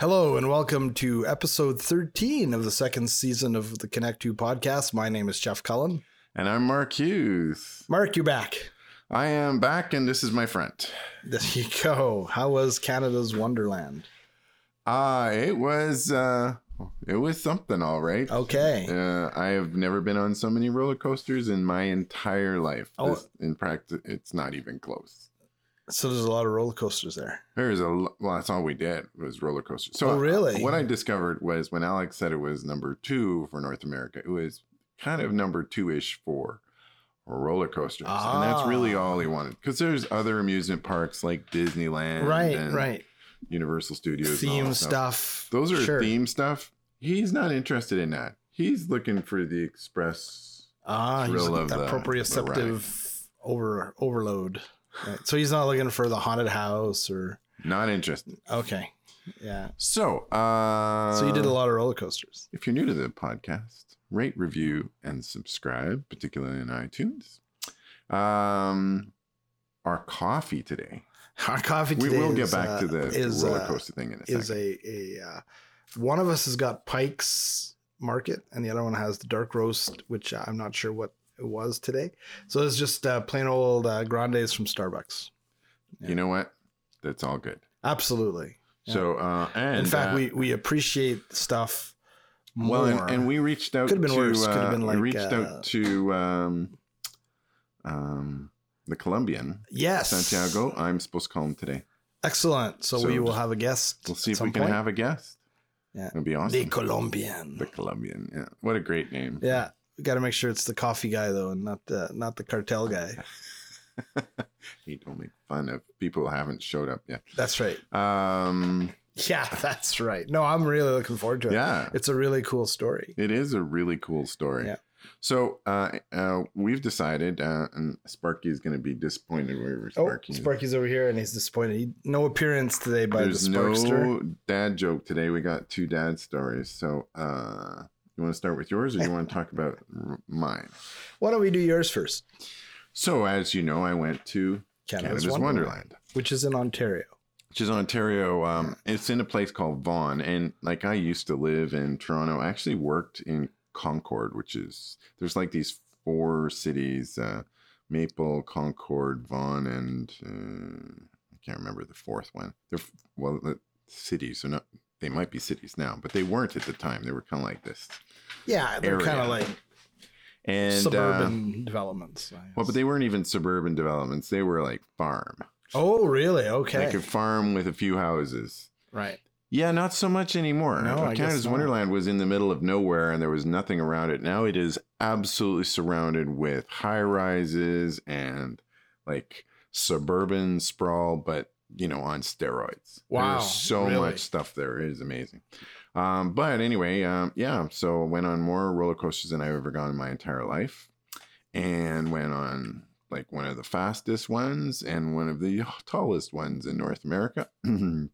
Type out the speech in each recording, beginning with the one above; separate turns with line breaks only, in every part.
Hello and welcome to episode 13 of the second season of the Connect 2 podcast. My name is Jeff Cullen.
And I'm Mark Hughes.
Mark, you back.
I am back, and this is my friend.
There you go. How was Canada's Wonderland?
Uh, it was uh, it was something, all right.
Oh. Okay.
Uh, I have never been on so many roller coasters in my entire life.
Oh.
This- in practice, it's not even close.
So there's a lot of roller coasters there.
There's a lo- well, that's all we did was roller coasters. So uh,
oh, really?
what I discovered was when Alex said it was number two for North America, it was kind of number two ish for roller coasters, and that's really
Ah.
all he wanted. Because there's other amusement parks like Disneyland,
right,
and
right.
Universal Studios, and all
Theme
that
stuff.
Those are
Sure.
theme stuff. He's not interested in that. He's looking for the express.
Ah, he's
thrill
like
of
the
the- the
proprioceptive over overload. Right. So he's not looking for the haunted house or
Not interested.
okay, yeah.
So, uh,
So you did a lot of roller coasters.
If you're new to the podcast, rate, review, and subscribe, particularly in iTunes. Um, our coffee today.
Our coffee
We
today
will get
is,
back
uh,
to the
is,
roller
uh,
coaster thing in a
is
second.
a a uh, one of us has got Pike's Market and the other one has the dark roast, which uh, I'm not sure what it was today. So it's just uh, plain old uh, grandes from Starbucks. yeah.
You know what? That's all good.
Absolutely. uh, Yeah.
So, uh, and
In fact,
uh,
we we appreciate stuff more.
well, and, and we reached out.
Could've been
to,
worse. Could've
uh,
been like,
we reached
uh,
out to um, um, the Colombian
yes,
Santiago. I'm supposed to call him today.
Excellent. So,
So
we will
just-
have a guest.
We'll see
at
if we
some
can
point.
have a guest.
Yeah.
it'll be awesome.
the Colombian.
the Colombian. Yeah, what a great name.
yeah, we got to make sure it's the coffee guy though, and not the not the cartel guy.
he don't make fun of people who haven't showed up yet.
That's right.
Um,
Yeah, that's right. No, I'm really looking forward to it.
yeah,
It's a really cool story.
it is a really cool story.
Yeah.
So uh, uh, we've decided, uh, and Sparky is going to be disappointed wherever
Oh,
Sparky. is.
Sparky's over here and he's disappointed. He, no appearance today by
There's
the Sparkster.
no dad joke today. We got two dad stories. So uh, you want to start with yours, or you want to talk about r- mine?
Why don't we do yours first?
So as you know, I went to Canada's, Wonderland.
which is in Ontario.
which is Ontario. Um, it's in a place called Vaughan, and like I used to live in Toronto. I actually worked in Concord, which is there's like these four cities: uh, Maple, Concord, Vaughan, and uh, I can't remember the fourth one. They're f- well, the cities are not. They might be cities now, but they weren't at the time. They were kind of like this.
Yeah, they're
Area.
kind of like
And uh, suburban.
suburban developments. I
well, but
guess.
they weren't even suburban developments. They were like farm,
oh, really? Okay,
like a farm with a few houses.
right.
Yeah, not so much anymore.
No, I guess
Canada's
not.
Wonderland was in the middle of nowhere and there was nothing around it. Now it is absolutely surrounded with high rises and like suburban sprawl, but you know, on steroids.
Wow,
There's so
really?
much stuff there. It is amazing. Um, but anyway, um, yeah, so went on more roller coasters than I've ever gone in my entire life and went on like one of the fastest ones and one of the tallest ones in North America.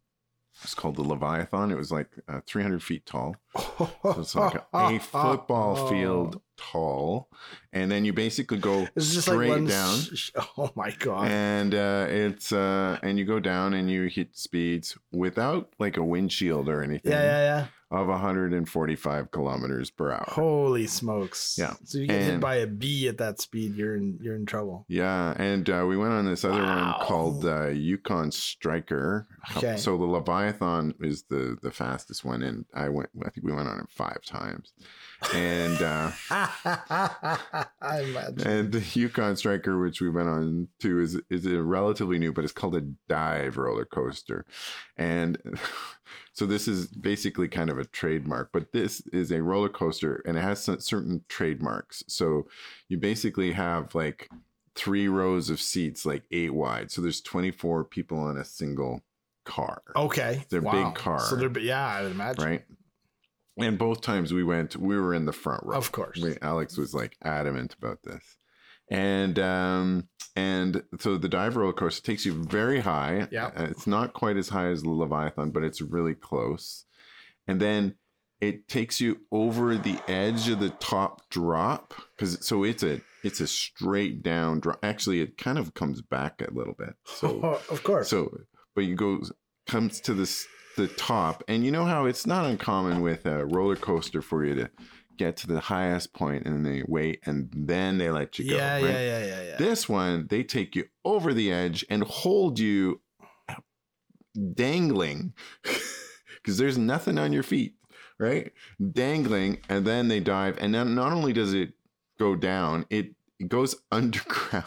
it's called the Leviathan. It was like uh, 300 feet tall. So it's like a, a football
Oh.
field tall. And then you basically go
It's just like
straight
one
down.
sh- oh my god!
and uh, it's uh, and you go down and you hit speeds without like a windshield or anything
yeah, yeah, yeah.
of 145 kilometers per hour.
Holy smokes!
Oh. Yeah.
So you get hit
And-
by a bee at that speed, you're in you're in trouble.
Yeah, and uh, we went on this other
Wow.
one called uh, Yukon Striker.
Okay.
Oh, So the Leviathan is the the fastest one, and I went. I think we went on it five times, and uh,
I imagine.
and the Yukon Striker, which we went on to, is is a relatively new, but it's called a dive roller coaster, and so this is basically kind of a trademark. But this is a roller coaster, and it has some, certain trademarks. So you basically have like three rows of seats, like eight wide. So there's 24 people on a single car.
Okay.
They're
wow.
big car.
So they're bi- yeah, I would imagine.
right. And both times we went, we were in the front row.
Of course.
We- Alex was like adamant about this. And um and so the dive roller coaster takes you very high.
Yeah.
Uh, It's not quite as high as the Leviathan, but it's really close. And then it takes you over the edge of the top drop cuz so it's a it's a straight down drop. Actually, it kind of comes back a little bit. So
of course.
so but you go comes to this the top, and you know how it's not uncommon with a roller coaster for you to get to the highest point and they wait and then they let you go.
yeah,
right?
yeah, yeah, yeah, yeah.
This one, they take you over the edge and hold you dangling because there's nothing on your feet, right? Dangling, and then they dive. And then not only does it go down, it, it goes underground.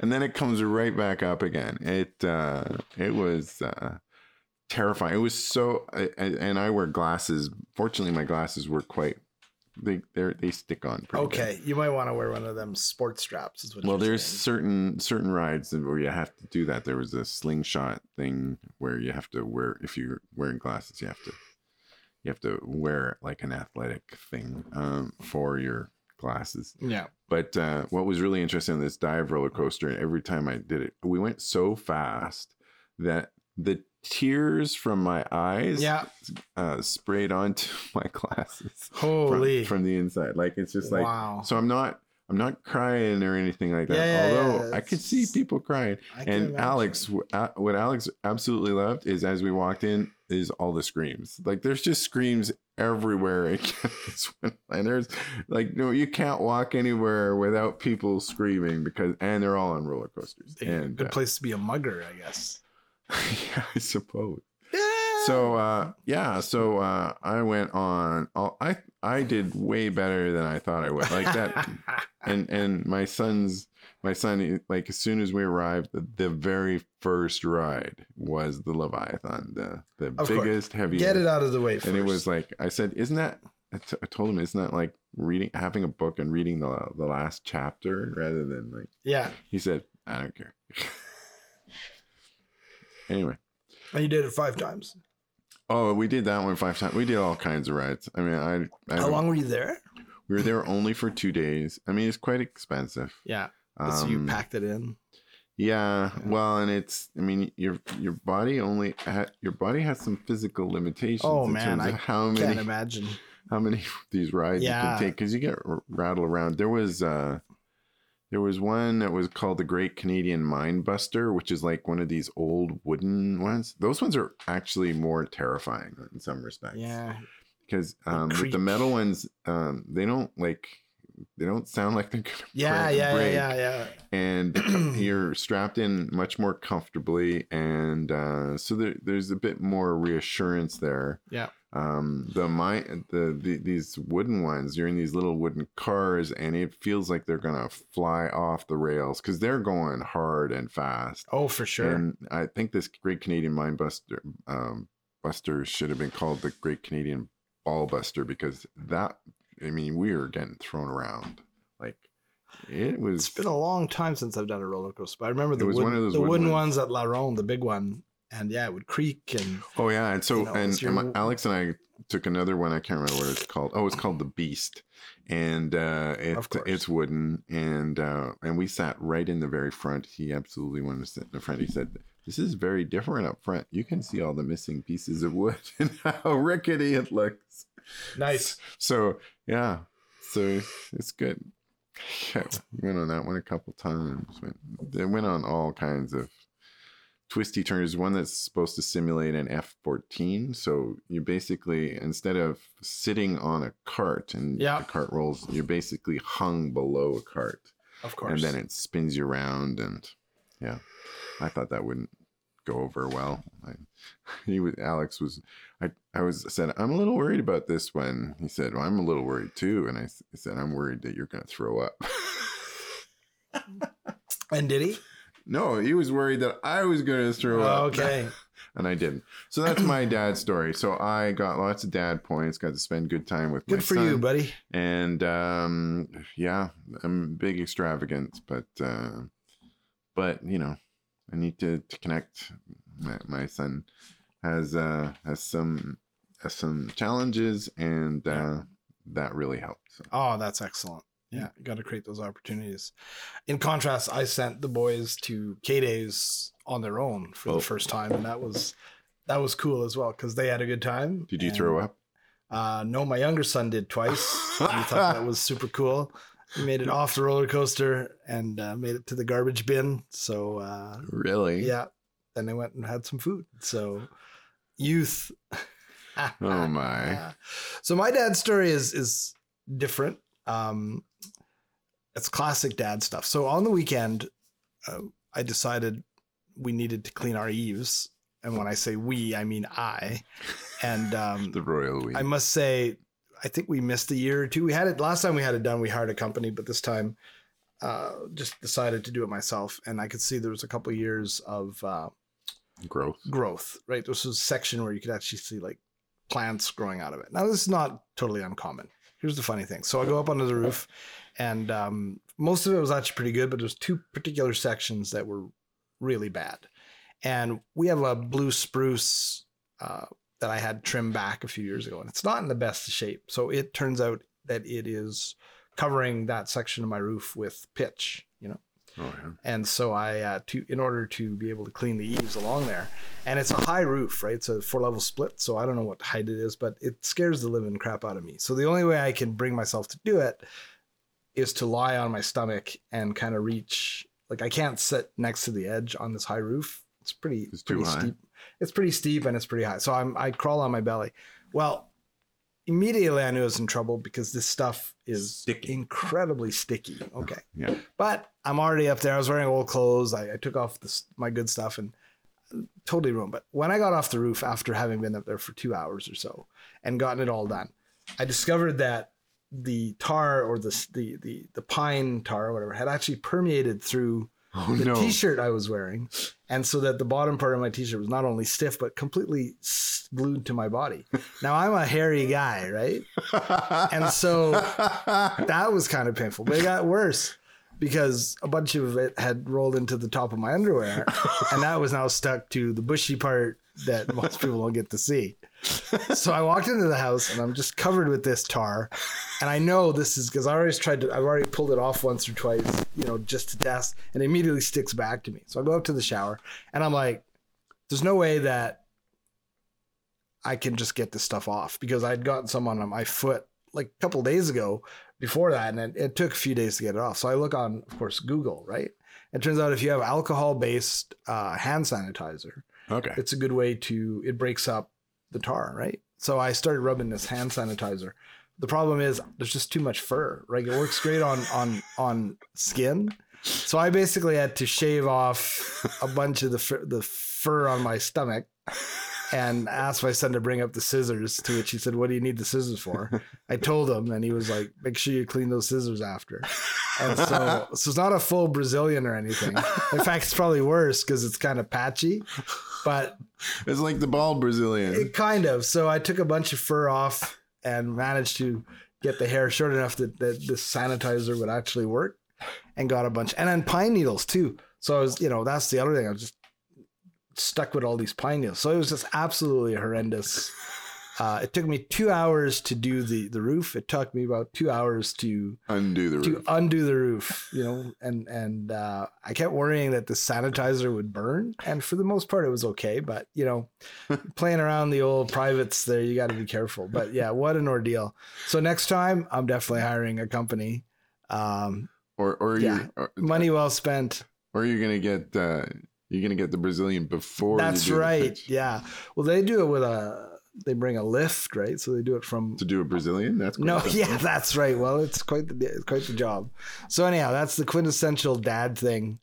And then it comes right back up again. It uh, it was uh, terrifying. It was so, I- I- and I wear glasses. Fortunately, my glasses were quite they they they stick on. Pretty good.
okay, you might want to wear one of them sports straps. Is what
Well,
you're
there's
saying.
certain certain rides that- where you have to do that. There was a slingshot thing where you have to wear if you're wearing glasses, you have to you have to wear like an athletic thing um, for your glasses.
yeah.
But uh, what was really interesting on this dive roller coaster, and every time I did it, we went so fast that the tears from my eyes
Yeah.
uh, sprayed onto my glasses from-
Holy.
from the inside. Like it's just like
wow.
so I'm not I'm not crying or anything like that.
Yeah, yeah,
Although
yeah,
I could see
it's-
people crying.
I can
And
imagine.
Alex, w- uh, what Alex absolutely loved is as we walked in is all the screams. Like there's just screams everywhere at Campus Wonderland. There's like no, you can't walk anywhere without people screaming because and they're all on roller coasters. And
good
uh,
place to be a mugger, I guess.
yeah, I suppose.
Yeah.
So uh, yeah, so uh, I went on. all- I I did way better than I thought I would. Like that and and my son's my son eh, like as soon as we arrived the, the very first ride was the leviathan the the
course.
biggest heaviest
Get it out of the way first.
and it was like i said isn't that I t- I told him isn't that like reading having a book and reading the the last chapter rather than like
yeah.
he said i don't care anyway
And you did it five times.
oh we did that one five times we did all kinds of rides i mean i, I
How
don't-
long were you there?
we were there only for two days i mean it's quite expensive
Yeah. Oh, so you
Um,
packed it in.
Yeah,
Yeah.
well, and it's I mean your your body only ha- your body has some physical limitations.
Oh,
in
man,
terms of
I
how
Can't
many
imagine.
how many of these rides you
Yeah.
can take because you get r- rattled around. There was uh there was one that was called the Great Canadian Mine Buster, which is like one of these old wooden ones. Those ones are actually more terrifying in some respects
Yeah.
because um, with
creak.
the metal ones um, they don't like they don't sound like they're gonna
Yeah,
break-
yeah,
break
yeah, yeah,
and you're strapped in much more comfortably and uh, so there, there's a bit more reassurance there
Yeah.
um the my the, the these wooden ones you're in these little wooden cars and it feels like they're gonna fly off the rails because they're going hard and fast
Oh, for sure.
and i think this great canadian mine buster um buster should have been called the great canadian ball buster because that i mean we were getting thrown around like it was
it's been a long time since I've done a roller coaster, but I remember
It
the,
was
wood,
one of those
the
wooden
wooden
ones.
ones at La Ronde, the big one. And yeah, it would creak and
Oh yeah, and so
You know,
and,
it's your-
and Alex and I took another one. I can't remember what it's called. Oh, it's called the Beast, and uh, it,
Of course.
it's wooden, and uh, and we sat right in the very front. He absolutely wanted to sit in the front. He said, "This is very different up front. You can see all the missing pieces of wood and how rickety it looks."
nice.
So yeah, so it's good. Yeah, we went on that one a couple times. Went, they went on all kinds of twisty turns. One that's supposed to simulate an F fourteen. So you basically instead of sitting on a cart and
Yeah.
the cart rolls, you're basically hung below a cart,
Of
and
course.
then it spins you around. And yeah, I thought that wouldn't go over well. I, he was Alex was I I was said I'm a little worried about this one. He said well, I'm a little worried too, and I s- said I'm worried that you're gonna throw up.
and did he?
no, he was worried that I was gonna throw up.
Oh, okay.
and I didn't. So that's my dad's story. So I got lots of dad points. Got to spend good time with my
Good for you,
son.
buddy.
and um, yeah, I'm a big extravagant, but uh, but you know, I need to, to connect. My, my son has uh, has some has some challenges, and uh, that really helped. So.
Oh, that's excellent. Yeah, got to create those opportunities. In contrast, I sent the boys to K days on their own for
Oh.
the first time, and that was that was cool as well because they had a good time.
Did you throw up?
Uh, no, my younger son did twice. and he thought that was super cool. He made it off the roller coaster and uh, made it to the garbage bin. So uh,
Really?
yeah, then they went and had some food. So youth.
Oh my.
Yeah. So my dad's story is is different. Um, it's classic dad stuff. So on the weekend, uh, I decided we needed to clean our eaves, and when I say we, I mean I. And um,
The royal we.
I must say, I think we missed a year or two. We had it last time we had it done. We hired a company, but this time, uh, just decided to do it myself. And I could see there was a couple years of. Uh,
Growth.
growth, right? This was a section where you could actually see like plants growing out of it. Now, this is not totally uncommon. Here's the funny thing. So I go up onto the roof, and um, most of it was actually pretty good, but there's two particular sections that were really bad. And we have a blue spruce uh, that I had trimmed back a few years ago, and it's not in the best shape. So it turns out that it is covering that section of my roof with pitch, you know?
Oh, yeah.
and so I uh, to in order to be able to clean the eaves along there, and it's a high roof, right? It's a four level split, so I don't know what height it is, but it scares the living crap out of me. So the only way I can bring myself to do it is to lie on my stomach and kind of reach. Like I can't sit next to the edge on this high roof. It's pretty
It's too
pretty
high.
steep. It's pretty steep and it's pretty high. So I'm I crawl on my belly. Well, immediately I knew I was in trouble because this stuff is
Sticky.
incredibly sticky. Okay.
Yeah.
But I'm already up there. I was wearing old clothes. I, I took off this, my good stuff and uh, totally ruined. But when I got off the roof after having been up there for two hours or so and gotten it all done, I discovered that the tar or the the the, the pine tar or whatever had actually permeated through
Oh,
the
no.
t-shirt I was wearing, and so that the bottom part of my t-shirt was not only stiff but completely s- glued to my body. Now I'm a hairy guy, right? And so that was kind of painful, but it got worse because a bunch of it had rolled into the top of my underwear, and that was now stuck to the bushy part that most people don't get to see. So I walked into the house and I'm just covered with this tar, and I know this is because I always tried to. I've already pulled it off once or twice, you know, just to test, and it immediately sticks back to me. So I go up to the shower and I'm like, "There's no way that." I can just get this stuff off because I'd gotten some on my foot like a couple days ago before that, and it, it took a few days to get it off. So I look on, of course, Google, right? It turns out if you have alcohol based uh, hand sanitizer,
okay.
it's a good way to, it breaks up the tar, right? So I started rubbing this hand sanitizer. The problem is there's just too much fur, right? It works great on on on skin. So I basically had to shave off a bunch of the fur, the fur on my stomach and asked my son to bring up the scissors, to which he said, What do you need the scissors for? I told him, and he was like, Make sure you clean those scissors after. And so, so it's not a full Brazilian or anything. In fact, it's probably worse because it's kind of patchy, but
It's like the bald Brazilian.
it kind of. So I took a bunch of fur off and managed to get the hair short enough that, that the sanitizer would actually work and got a bunch. And then pine needles too. So I was, you know, that's the other thing. I was just stuck with all these pine needles. So it was just absolutely horrendous. Uh, it took me two hours to do the, the roof. It took me about two hours to
Undo the
to
roof.
undo the roof, you know, and and uh, I kept worrying that the sanitizer would burn, and for the most part, it was okay. But you know, playing around the old privates there, you got to be careful. But yeah, what an ordeal! So next time, I'm definitely hiring a company. Um,
Or or
Yeah.
you or,
money well spent.
or you're gonna get uh, you're gonna get the Brazilian before. you
That's
do the
right.
pitch.
Yeah. Well, they do it with a. They bring a lift, right? So they do it from
To do a Brazilian, that's quite
No,
something.
yeah, that's right. Well, it's quite the it's quite the job. So anyhow, that's the quintessential dad thing.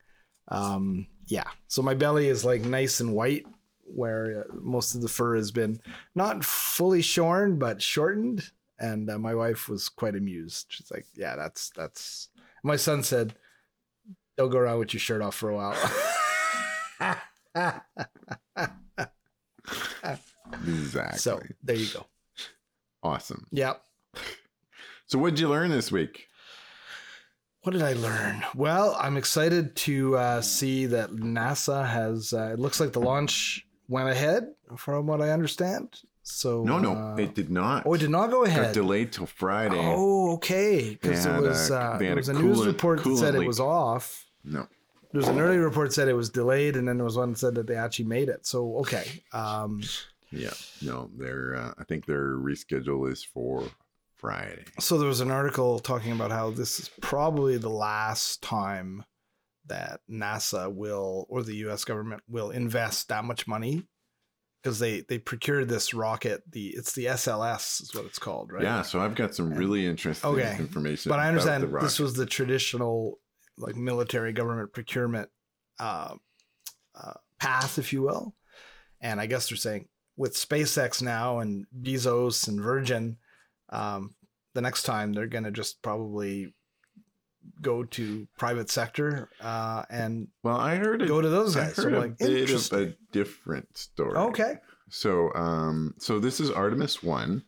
Um, yeah. So my belly is like nice and white, where uh, most of the fur has been not fully shorn but shortened. And uh, my wife was quite amused. She's like, "Yeah, that's that's." My son said, "Don't go around with your shirt off for a while."
Exactly.
so there you go.
Awesome.
Yeah.
So what did you learn this week?
What did I learn? Well, I'm excited to uh, see that NASA has. Uh, it looks like the launch went ahead, from what I understand. So
No, no,
uh,
it did not.
oh, it did not go
Got
ahead.
delayed till Friday.
Oh, okay. Because
They
there
had
was
a-
uh,
they
there
had a
was a news
coolant-
report that said
coolant
it
leak.
was off.
No.
There was an early report said it was delayed, and then there was one that said that they actually made it. So okay, um,
Yeah. No. Their uh, I think their reschedule is for Friday.
So there was an article talking about how this is probably the last time that NASA will or the US government will invest that much money because they they procured this rocket. The it's the SLS is what it's called, right?
Yeah, so I've got some
And-
really interesting
Okay.
information.
But I
about the
understand this
rocket.
was the traditional like military government procurement uh, uh, path, if you will. And I guess they're saying with SpaceX now and Bezos and Virgin, um, the next time they're going to just probably go to private sector uh, and
Well, I heard it.
go to those
I
guys. So
heard
I'm
a
like,
bit of
interesting.
a different story.
Okay.
So, um, so this is Artemis One.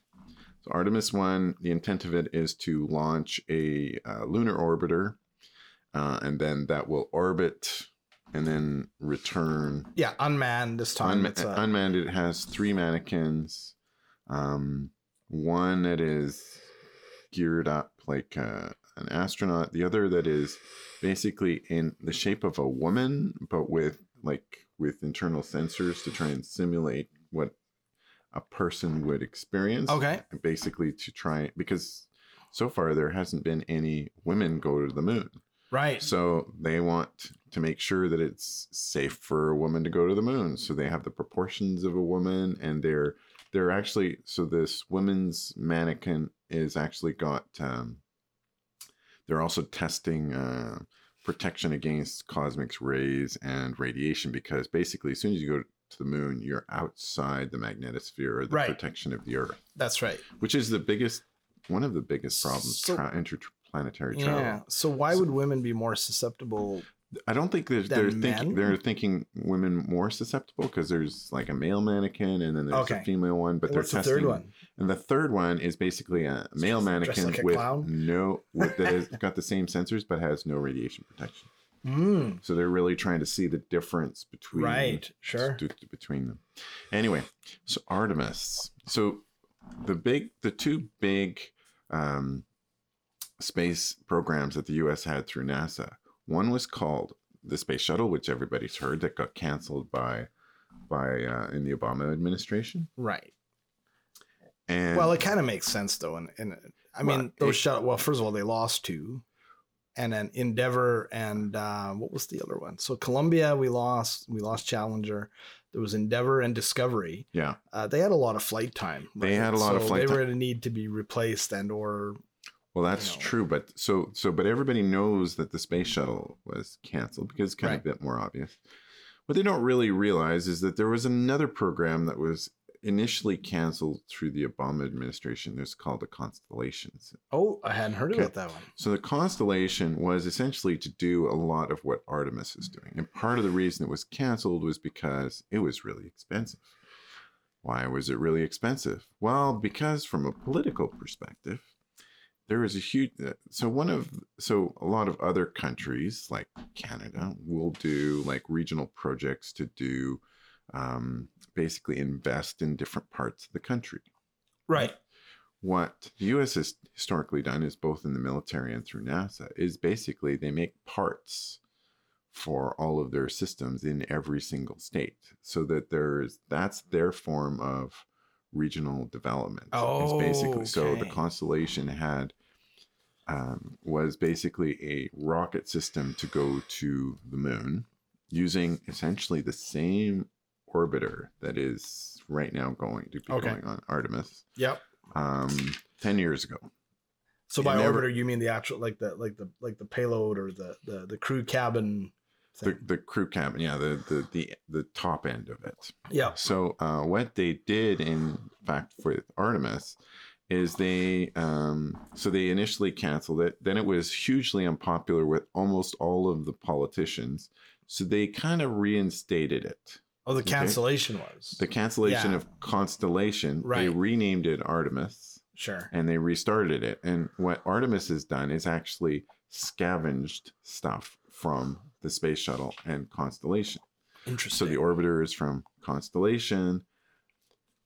So Artemis One, the intent of it is to launch a uh, lunar orbiter, uh, and then that will orbit and then return.
Yeah, unmanned this time.
Unma-
it's uh, a,
unmanned. It has three mannequins. Um, one that is geared up like uh, an astronaut. The other that is basically in the shape of a woman, but with like with internal sensors to try and simulate what a person would experience.
okay.
Basically, to try because so far there hasn't been any women go to the moon.
Right.
So they want to make sure that it's safe for a woman to go to the moon. So they have the proportions of a woman, and they're they're actually so this woman's mannequin is actually got. Um, they're also testing uh, protection against cosmic rays and radiation because basically, as soon as you go to the moon, you're outside the magnetosphere or the
Right.
protection of the Earth,
That's right.
which is the biggest one of the biggest problems
So-
tra- interplanetary travel.
Yeah. So why would women be more susceptible?
I don't think there's,
than
they're thinking
men?
they're thinking women more susceptible because there's like a male mannequin and then there's a
Okay.
female one, but
What's
they're
the
testing.
third one?
And the third one is basically a male
Dressed
mannequin
like a
with
clown?
no with, that has got the same sensors but has no radiation protection.
Mm,
So they're really trying to see the difference between
right. Sure.
stu- between them. Anyway, so Artemis. So the big, the two big um, space programs that the U.S. had through NASA. One was called the Space Shuttle, which everybody's heard that got canceled by by uh, in the Obama administration.
Right.
And
Well, it kind of makes sense though, and and I
Well,
mean those
it-
shut. Well, first of all, they lost two, and then Endeavor and uh, what was the other one? So Columbia, we lost. We lost Challenger. There was Endeavor and Discovery.
yeah,
Uh, they had a lot of flight time.
They had a lot of
So
flight
They
time.
were going to need to be replaced and or
well, that's
know.
true. But so so, but everybody knows that the Space Shuttle was canceled because it's kind of a bit more obvious. What they don't really realize is that there was another program that was initially canceled through the Obama administration. It's called the Constellations.
oh, I hadn't heard
Okay.
about that one.
So the constellation was essentially to do a lot of what Artemis is doing. And part of the reason it was canceled was because it was really expensive. Why was it really expensive? Well, because from a political perspective, there is a huge uh, so one of so a lot of other countries like Canada will do like regional projects to do um, basically invest in different parts of the country
Right.
what the US has historically done is both in the military and through NASA is basically they make parts for all of their systems in every single state so that there's that's their form of regional development
Oh,
it's basically so the
okay.
constellation had um, was basically a rocket system to go to the moon using essentially the same orbiter that is right now going to be
Okay.
going on artemis
Yep.
um, 10 years ago.
So
It
by
never-
orbiter, you mean the actual like the like the like the payload or the the, the crew cabin.
The,
Thing.
the crew cabin, yeah, the, the the the top end of it.
yeah.
So uh, what they did, in fact, with Artemis, is they um, so they initially canceled it. Then it was hugely unpopular with almost all of the politicians. So they kind of reinstated it.
Oh, the
Okay.
cancellation was
The cancellation
Yeah.
of Constellation, they
Right.
renamed it Artemis.
sure.
and they restarted it. And what Artemis has done is actually scavenged stuff from the space shuttle and Constellation. So
Interesting.
the orbiter is from Constellation.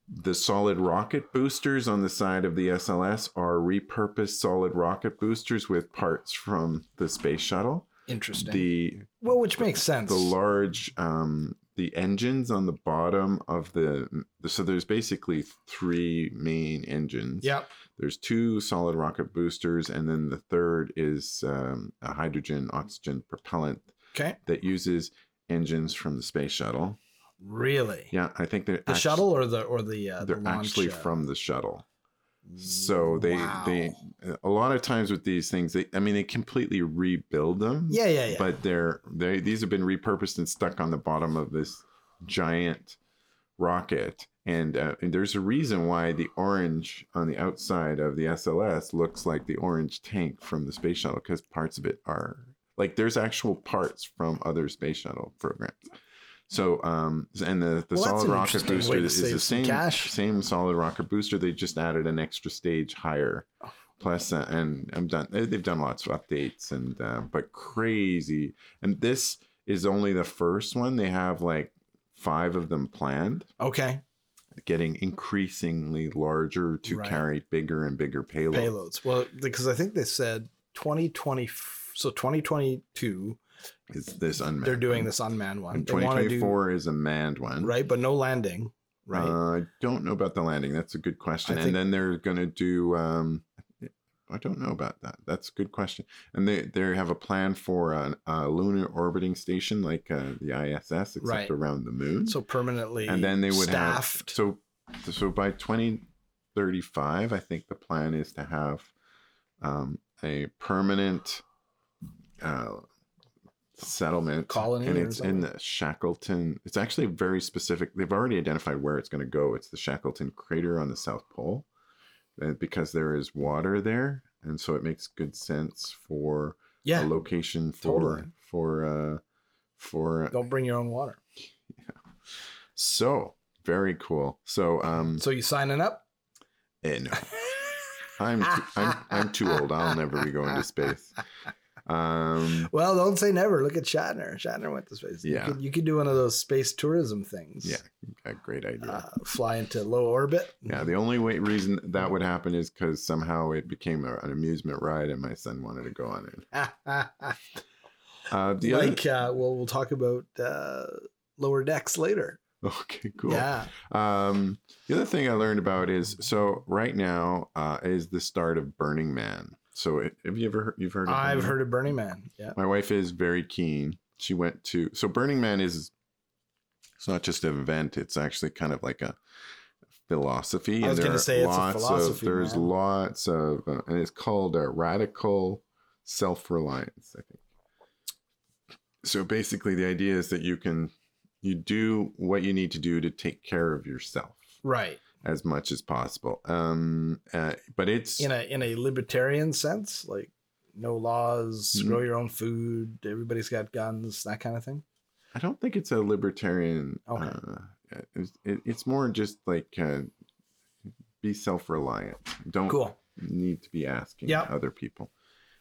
The solid rocket boosters on the side of the SLS are repurposed solid rocket boosters with parts from the space shuttle.
Interesting.
The
well, which makes sense.
the large um the engines on the bottom of the so there's basically three main engines
Yep.
there's two solid rocket boosters and then the third is um, a hydrogen oxygen propellant
Okay.
that uses engines from the space shuttle
Really?
Yeah, I think they're
The
act-
shuttle or the or the uh,
They're
the launch,
actually
uh,
from the shuttle. So they
Wow.
they a lot of times with these things, they I mean they completely rebuild them.
yeah yeah yeah
But they're they these have been repurposed and stuck on the bottom of this giant rocket. And, uh, and there's a reason why the orange on the outside of the SLS looks like the orange tank from the space shuttle because parts of it are like there's actual parts from other space shuttle programs. So um and the, the
Well, that's
solid
an
rocket
interesting
booster
way to
is
save
the
some
same
cash.
same solid rocket booster. They just added an extra stage higher. Plus, uh, and I'm done. they- They've done lots of updates and uh, but crazy. And this is only the first one. They have like five of them planned,
okay
getting increasingly larger to
Right.
carry bigger and bigger payloads.
payloads. Well, because I think they said 2020. So 2022,
Is this unmanned?
they're doing
one.
this unmanned one.
And
They want to do
2024 is a manned one.
right, but no landing. Right.
Uh, I don't know about the landing. That's a good
I
question. and
think-
then they're going to do. Um, I don't know about that. That's a good question. And they they have a plan for a, a lunar orbiting station like uh, the ISS, except
Right.
around the moon.
so permanently.
and then they would
staffed.
have so so by 2035, I think the plan is to have um, a permanent uh, settlement
Colony
and
or
it's in
something?
the Shackleton. It's actually very specific. They've already identified where it's going to go. It's the Shackleton crater on the South Pole, uh, because there is water there, and so it makes good sense for
yeah.
a location for
totally.
for uh, for. uh,
Don't bring your own water.
So very cool. So um,
So you signing up?
eh, no. I'm too, I'm I'm too old. I'll never be going to space. Um,
Well, don't say never. Look at Shatner. Shatner went to space. You
Yeah.
could, you could do one of those space tourism things.
yeah, a great idea.
Uh, fly into low orbit.
Yeah, the only way reason that would happen is because somehow it became a, an amusement ride, and my son wanted to go on it. Uh, the
like, uh, well, we'll talk about uh, lower decks later.
other, okay, cool.
Yeah.
Um, the other thing I learned about is so right now uh, is the start of Burning Man. So it, have you ever heard, you've heard? Of
I've
Burning Man?
heard of Burning Man. Yeah.
My wife is very keen. She went to so Burning Man is it's not just an event; it's actually kind of like a philosophy.
I was
and there
gonna
are
say it's a
lots of-
philosophy,
There's
man.
lots of, uh, and it's called uh, radical self-reliance. I think. So basically, the idea is that you can you do what you need to do to take care of yourself
Right.
as much as possible. Um, uh, but it's
in a in a libertarian sense, like no laws,
Mhm.
grow your own food, everybody's got guns, that kind of thing.
I don't think it's a libertarian.
Okay.
Uh, it's, it, it's more just like uh, be self-reliant. Don't
Cool.
need to be asking
Yep.
other people.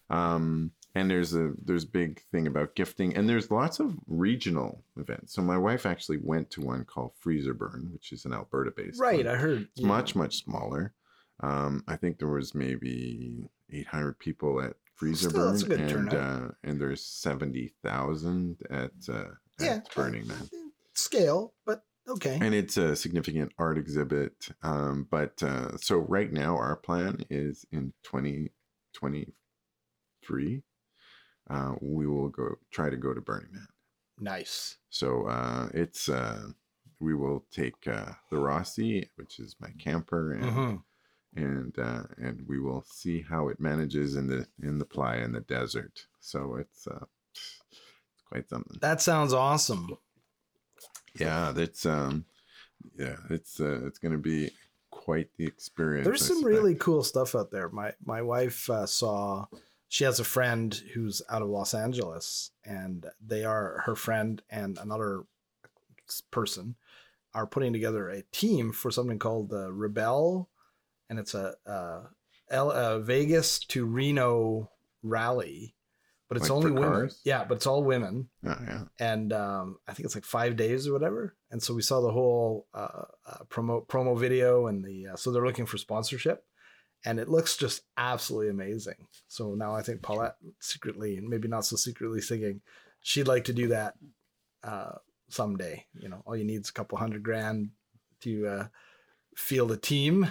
Um, and there's a there's a big thing about gifting, and there's lots of regional events. So my wife actually went to one called Freezer Burn, which is an Alberta-based.
Right, I
one.
heard
It's much much smaller. Um, I think there was maybe 800 people at Freezer
Still,
Burn,
that's a good
and uh,
turnout.
and there's 70,000 at uh,
Yeah.
at Burning Man,
scale, but okay.
and it's a significant art exhibit. Um, but uh, so right now our plan is in 2023, uh, we will go try to go to Burning Man.
nice.
So uh, it's uh, we will take uh, the Rossi, which is my camper, and
hmm
and uh, and we will see how it manages in the in the playa in the desert. So it's uh, it's quite something.
That sounds awesome.
Yeah, that's um, yeah, it's uh, it's going to be quite the experience.
There's
I
some
suspect.
really cool stuff out there. My my wife uh, saw she has a friend who's out of Los Angeles, and they are her friend and another s- person are putting together a team for something called the Rebel, and it's a, uh L, uh Vegas to Reno rally, but it's
Like
only
for
women.
cars?
Yeah, but it's all women
Oh, yeah.
and um, I think it's like five days or whatever. And so we saw the whole uh, uh, promo promo video, and the uh, so they're looking for sponsorship, and it looks just absolutely amazing. So now I think Paulette secretly, and maybe not so secretly, thinking she'd like to do that uh, someday. You know, all you need is a couple hundred grand to uh, field a team,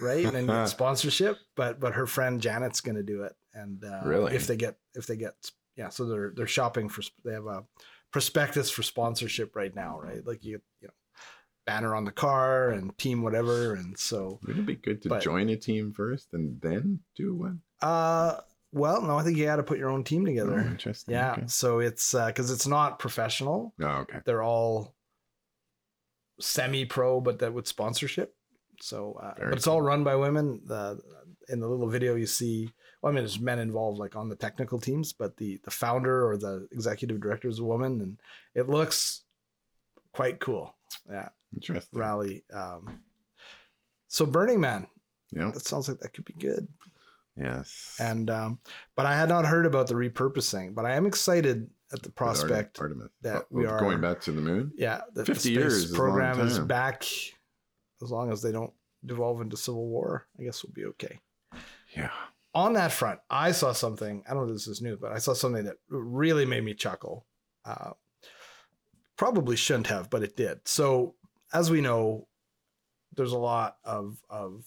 right, and then get sponsorship. But but her friend Janet's going to do it, and uh,
Really?
if they get if they get yeah, so they're they're shopping for sp- they have a prospectus for sponsorship right now, right? Like you you know banner on the car and team whatever, and so
Would it be good to
But-
join a team first and then do one?
uh well no, I think you got to put your own team
Oh,
together.
interesting.
Yeah,
Okay.
so it's because it's not professional.
Oh, okay.
They're all semi-pro, but that with sponsorship. So, uh,
Very
but it's all run by women. The in the little video you see, well, I mean, there's men involved, like on the technical teams, but the the founder or the executive director is a woman, and it looks quite cool. Yeah,
Interesting.
rally. Um, so Burning Man,
Yeah.
that sounds like that could be good
Yes.
and um, but I had not heard about the repurposing. But I am excited at the
With Ar-
prospect.
Artemis.
that
Oh,
we are-
going back to the moon.
Yeah, that
50 years is a long
program is
time.
back. As long as they don't devolve into civil war, I guess we'll be okay.
Yeah.
On that front, I saw something. I don't know if this is new, but I saw something that really made me chuckle. Uh, probably shouldn't have, but it did. So, as we know, there's a lot of of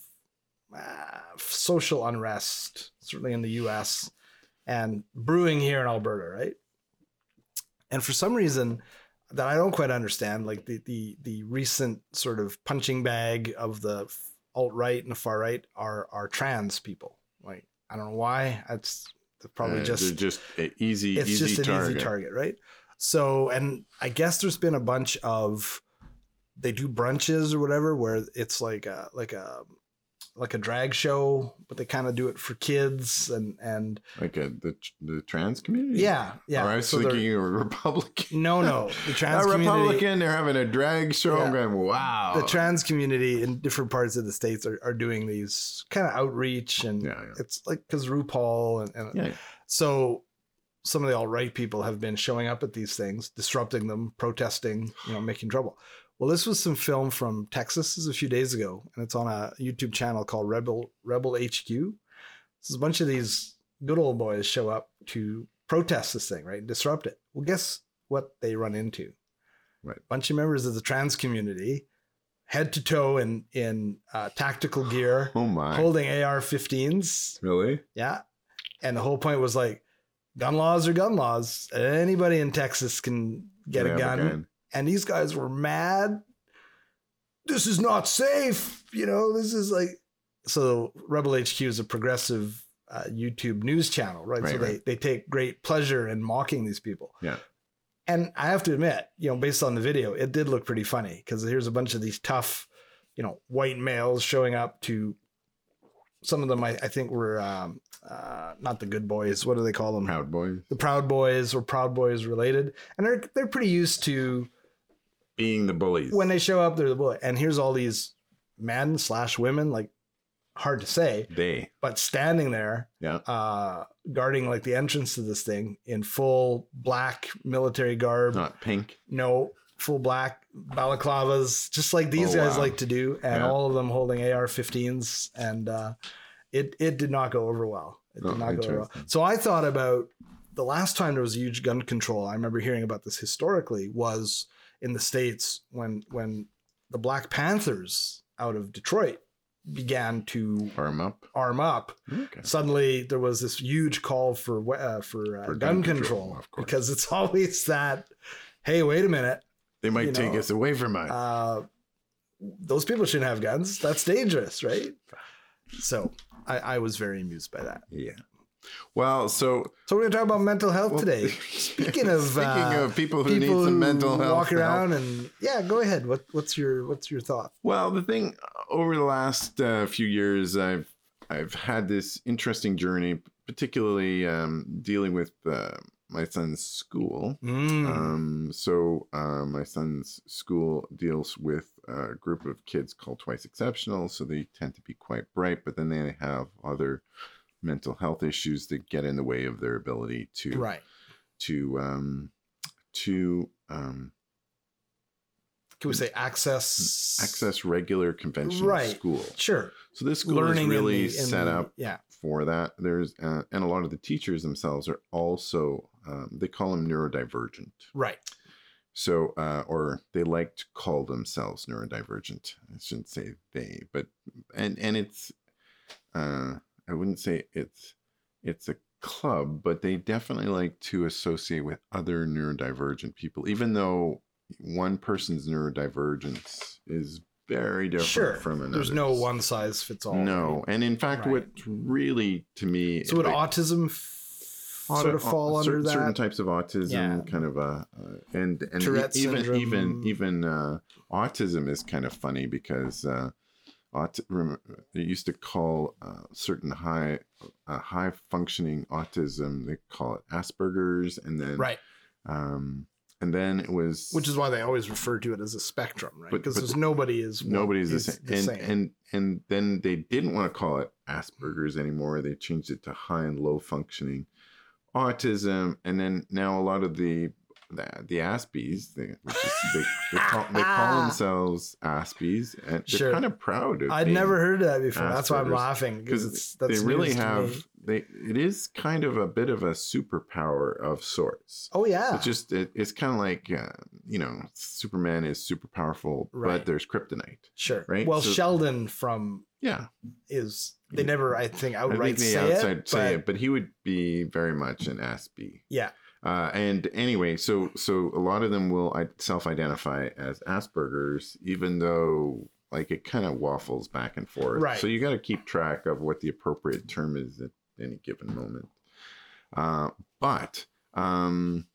uh, social unrest, certainly in the U.S. and brewing here in Alberta, right? And for some reason that I don't quite understand, like the the the recent sort of punching bag of the alt right and the far right are are trans people. Like I don't know why. That's probably
Uh,
just
they're just a easy,
it's
e-, easy
just an
target.
easy target, right? So, and I guess there's been a bunch of they do brunches or whatever where it's like a like a like a drag show, but they kind of do it for kids and and
Like a, the the trans community.
yeah, yeah.
Or I was
So they're-
thinking you were Republican.
no, no, the trans
a
community,
Republican. Oh. They're having a drag show. I'm going, wow.
the trans community in different parts of the states are, are doing these kind of outreach and
Yeah, yeah.
it's like because RuPaul and, and
yeah.
So some of the alt-right people have been showing up at these things, disrupting them, protesting, you know, making trouble. Well, this was some film from Texas this is a few days ago, and it's on a YouTube channel called Rebel Rebel HQ. So a bunch of these good old boys show up to protest this thing, right? Disrupt it. Well, guess what they run into?
Right.
bunch of members of the trans community, head to toe in in uh, tactical gear,
Oh my.
holding AR-15s,
really?
yeah. And the whole point was like, gun laws are gun laws. Anybody in Texas can get
They
a
have
gun. And these guys were mad. This is not safe. You know, this is like. So Rebel HQ is a progressive uh, YouTube news channel, right? so
Right, right.
They, they take great pleasure in mocking these people.
Yeah.
And I have to admit, you know, based on the video, it did look pretty funny because here's a bunch of these tough, you know, white males showing up to some of them I, I think were um, uh, not the good boys. What do they call them?
Proud Boys.
The Proud Boys or Proud Boys related. And they're they're pretty used to
Being the bullies.
when they show up, they're the bully. And here's all these men slash women, like hard to say,
they.
but standing there,
Yeah.
uh, guarding like the entrance to this thing in full black military garb.
Not pink.
No, full black balaclavas, just like these
Oh,
guys
wow.
like to do, and
Yeah.
all of them holding AR-15s, and uh, it it did not go over well. It did
Oh,
not go over well.
interesting.
So I thought about the last time there was a huge gun control. I remember hearing about this historically was in the states when when the Black Panthers out of Detroit began to
Arm up.
arm up
Okay.
suddenly there was this huge call for we- uh, for, uh,
For
gun,
gun
control,
control, of course.
because it's always that. Hey, wait a minute.
They might
you
take
know,
us away from us.
Uh, those people shouldn't have guns. That's dangerous, right? So I, I was very amused by that.
yeah. Well, so
So we're gonna talk about mental health
well,
today. Speaking of
speaking
uh,
of people who
people
need
who
some mental health,
walk
help.
around and yeah, go ahead. What what's your what's your thought?
Well, the thing over the last uh, few years, I've I've had this interesting journey, particularly um, dealing with uh, my son's school.
Hmm.
Um, so uh, my son's school deals with a group of kids called Twice Exceptional, so they tend to be quite bright, but then they have other mental health issues that get in the way of their ability to
Uh, right.
to um, to um,
Can we say access
access regular conventional
Right.
school.
Sure.
So this school
Learning
is
in
really
the- in
set
the-
up
Yeah.
for that. There's uh, and a lot of the teachers themselves are also um, they call them neurodivergent.
Right.
So uh, or they like to call themselves neurodivergent. I shouldn't say they, but and and it's uh, I wouldn't say it's it's a club, but they definitely like to associate with other neurodivergent people, even though one person's neurodivergence is very different
Sure.
from another.
There's no one size fits all.
No, and in fact,
Right.
what really to me
So would
like,
autism f- sort of
auto-
fall
uh, cer-
under that?
certain types of autism,
Yeah.
kind of uh, uh, and and e-
Tourette
even
syndrome.
even even uh, autism is kind of funny because uh, aut- rem- they used to call uh, certain high uh, high functioning autism they call it Asperger's, and then
Right.
um, and then it was
Which is why they always refer to it as a spectrum, right?
But-
Because
but
there's nobody is one-
nobody's the
is
same. and, and and then they didn't want to call it Asperger's anymore. They changed it to high and low functioning autism, and then now a lot of the the, the Aspies, they, which is, they, they, call, they call themselves Aspies, and they're
Sure.
kind of proud of.
I'd
being-
never heard of that before. That's why I'm
Asperger's.
laughing because it's
because they
that's
really
news to me.
have they. It is kind of a bit of a superpower of sorts.
Oh yeah,
It's just it, it's kind of like uh, you know Superman is super powerful,
Right.
but there's kryptonite.
sure.
right?
Well,
So-
Sheldon from
Yeah,
is they
Yeah.
never I think
I
outright
think they
say,
outside
it, but
say it, but he would be very much an Aspie.
Yeah.
Uh, and anyway, so so a lot of them will i- self-identify as Aspergers, even though like it kind of waffles back and forth.
Right.
So you got to keep track of what the appropriate term is at any given moment. Uh, but um,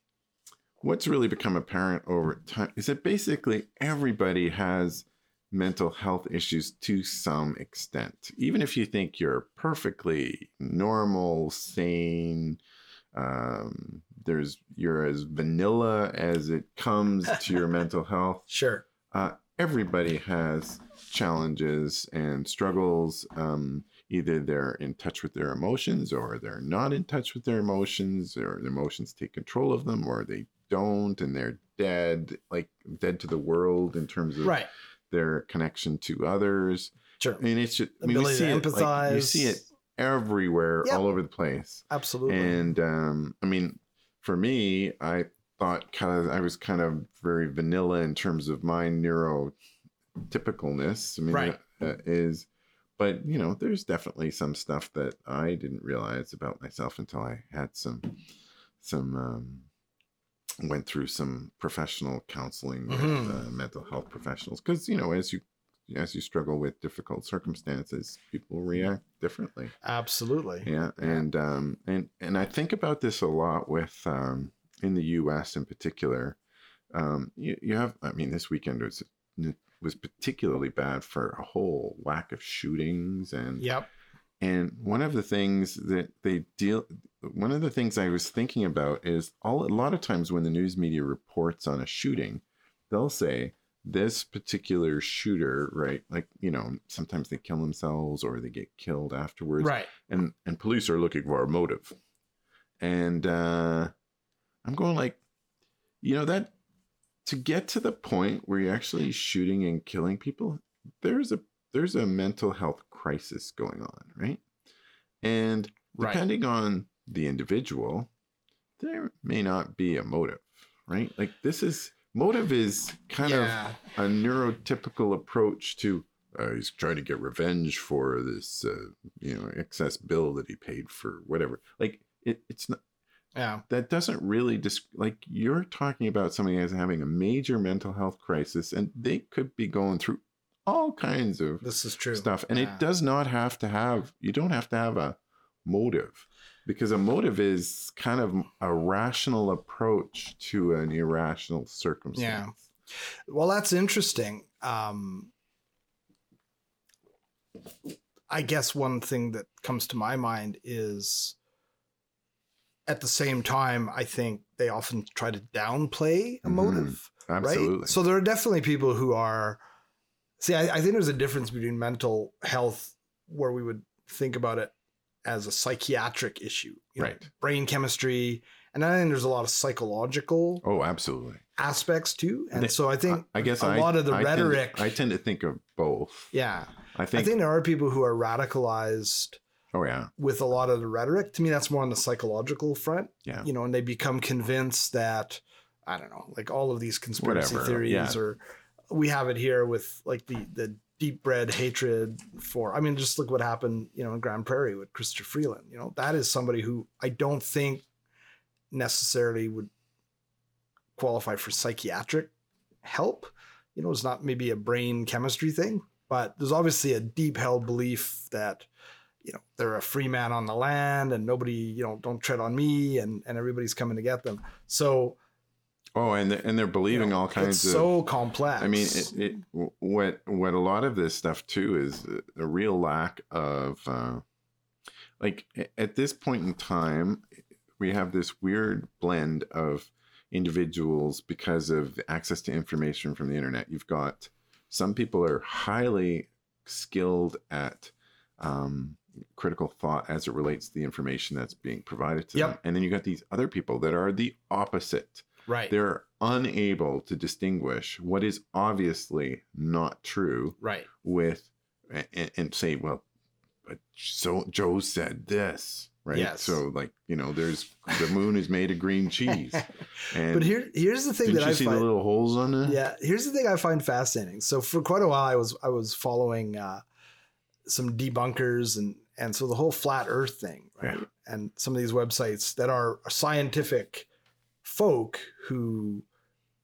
what's really become apparent over time is that basically everybody has mental health issues to some extent. Even if you think you're perfectly normal, sane, um, there's you're as vanilla as it comes to your mental health.
sure.
Everybody has challenges and struggles. Um, either they're in touch with their emotions, or they're not in touch with their emotions, or their emotions take control of them, or they don't, and they're dead, like dead to the world in terms of
Right.
their connection to others.
Sure.
I mean, it's just, I mean, we
Ability
see
to
it, like, you
empathize.
see it everywhere,
Yeah.
all over the place.
Absolutely.
And um, I mean, for me, I thought kind of I was kind of very vanilla in terms of my neurotypicalness. I mean,
Right.
uh, is but you know, there's definitely some stuff that I didn't realize about myself until I had some some um, went through some professional counseling with
Mhm.
uh, mental health professionals because you know as you as you struggle with difficult circumstances, people react differently.
Absolutely.
Yeah, and um, and and I think about this a lot with um, in the U.S. in particular. Um, you, you have, I mean, this weekend was was particularly bad for a whole whack of shootings and
Yep.
and one of the things that they deal, one of the things I was thinking about is all a lot of times when the news media reports on a shooting, they'll say this particular shooter, right? Like you know, sometimes they kill themselves or they get killed afterwards
Right.
and and police are looking for a motive and uh i'm going like you know that to get to the point where you're actually shooting and killing people there's a there's a mental health crisis going on right and
Right.
depending on the individual there may not be a motive right like this is motive is kind of
yeah.
a neurotypical approach to uh, he's trying to get revenge for this uh, you know excess bill that he paid for whatever like it, it's not
yeah.
that doesn't really dis- like you're talking about somebody as having a major mental health crisis and they could be going through all kinds of
This is true.
stuff and
Yeah.
it does not have to have you don't have to have a motive because a motive is kind of a rational approach to an irrational circumstance
Well, that's interesting. Um, I guess one thing that comes to my mind is at the same time, I think they often try to downplay a
Mhm.
motive,
absolutely
right? So there are definitely people who are. See, I, I think there's a difference between mental health, where we would think about it as a psychiatric issue, you know,
Right.
brain chemistry. And I think there's a lot of psychological
oh absolutely
aspects too. And
They-
so I think,
I guess
a
I-
lot of the
I tend to-
rhetoric-
I tend to think of both.
yeah,
I think.
I think there are people who are radicalized
oh yeah,
with a lot of the rhetoric. To me, that's more on the psychological front.
Yeah.
You know, and they become convinced that, I don't know, like all of these conspiracy
Whatever,
theories
yeah.
or we have it here with like the, the deep red hatred for. I mean, just look what happened, you know, in Grand Prairie with Christopher Freeland. You know, that is somebody who I don't think necessarily would qualify for psychiatric help. You know, it's not maybe a brain chemistry thing, but there's obviously a deep held belief that you know they're a free man on the land and nobody you know don't tread on me and and everybody's coming to get them so
Oh, and they're, and they're
you
believing
know,
all kinds
it's
of.
so complex
I mean, it, it, what what a lot of this stuff too is uh, a real lack of, uh, like at this point in time, we have this weird blend of individuals because of the access to information from the internet. You've got some people are highly skilled at um, critical thought as it relates to the information that's being provided to them,
Yep.
and then you got these other people that are the opposite
right
they're unable to distinguish what is obviously not true
right
with and, and say well but so joe said this right
Yes.
so like you know there's the moon is made of green cheese and
but here here's the thing
did you
that i
see
find
the little holes on it
yeah here's the thing i find fascinating so for quite a while i was i was following uh some debunkers and and so the whole flat earth thing right
Yeah.
and some of these websites that are scientific folk who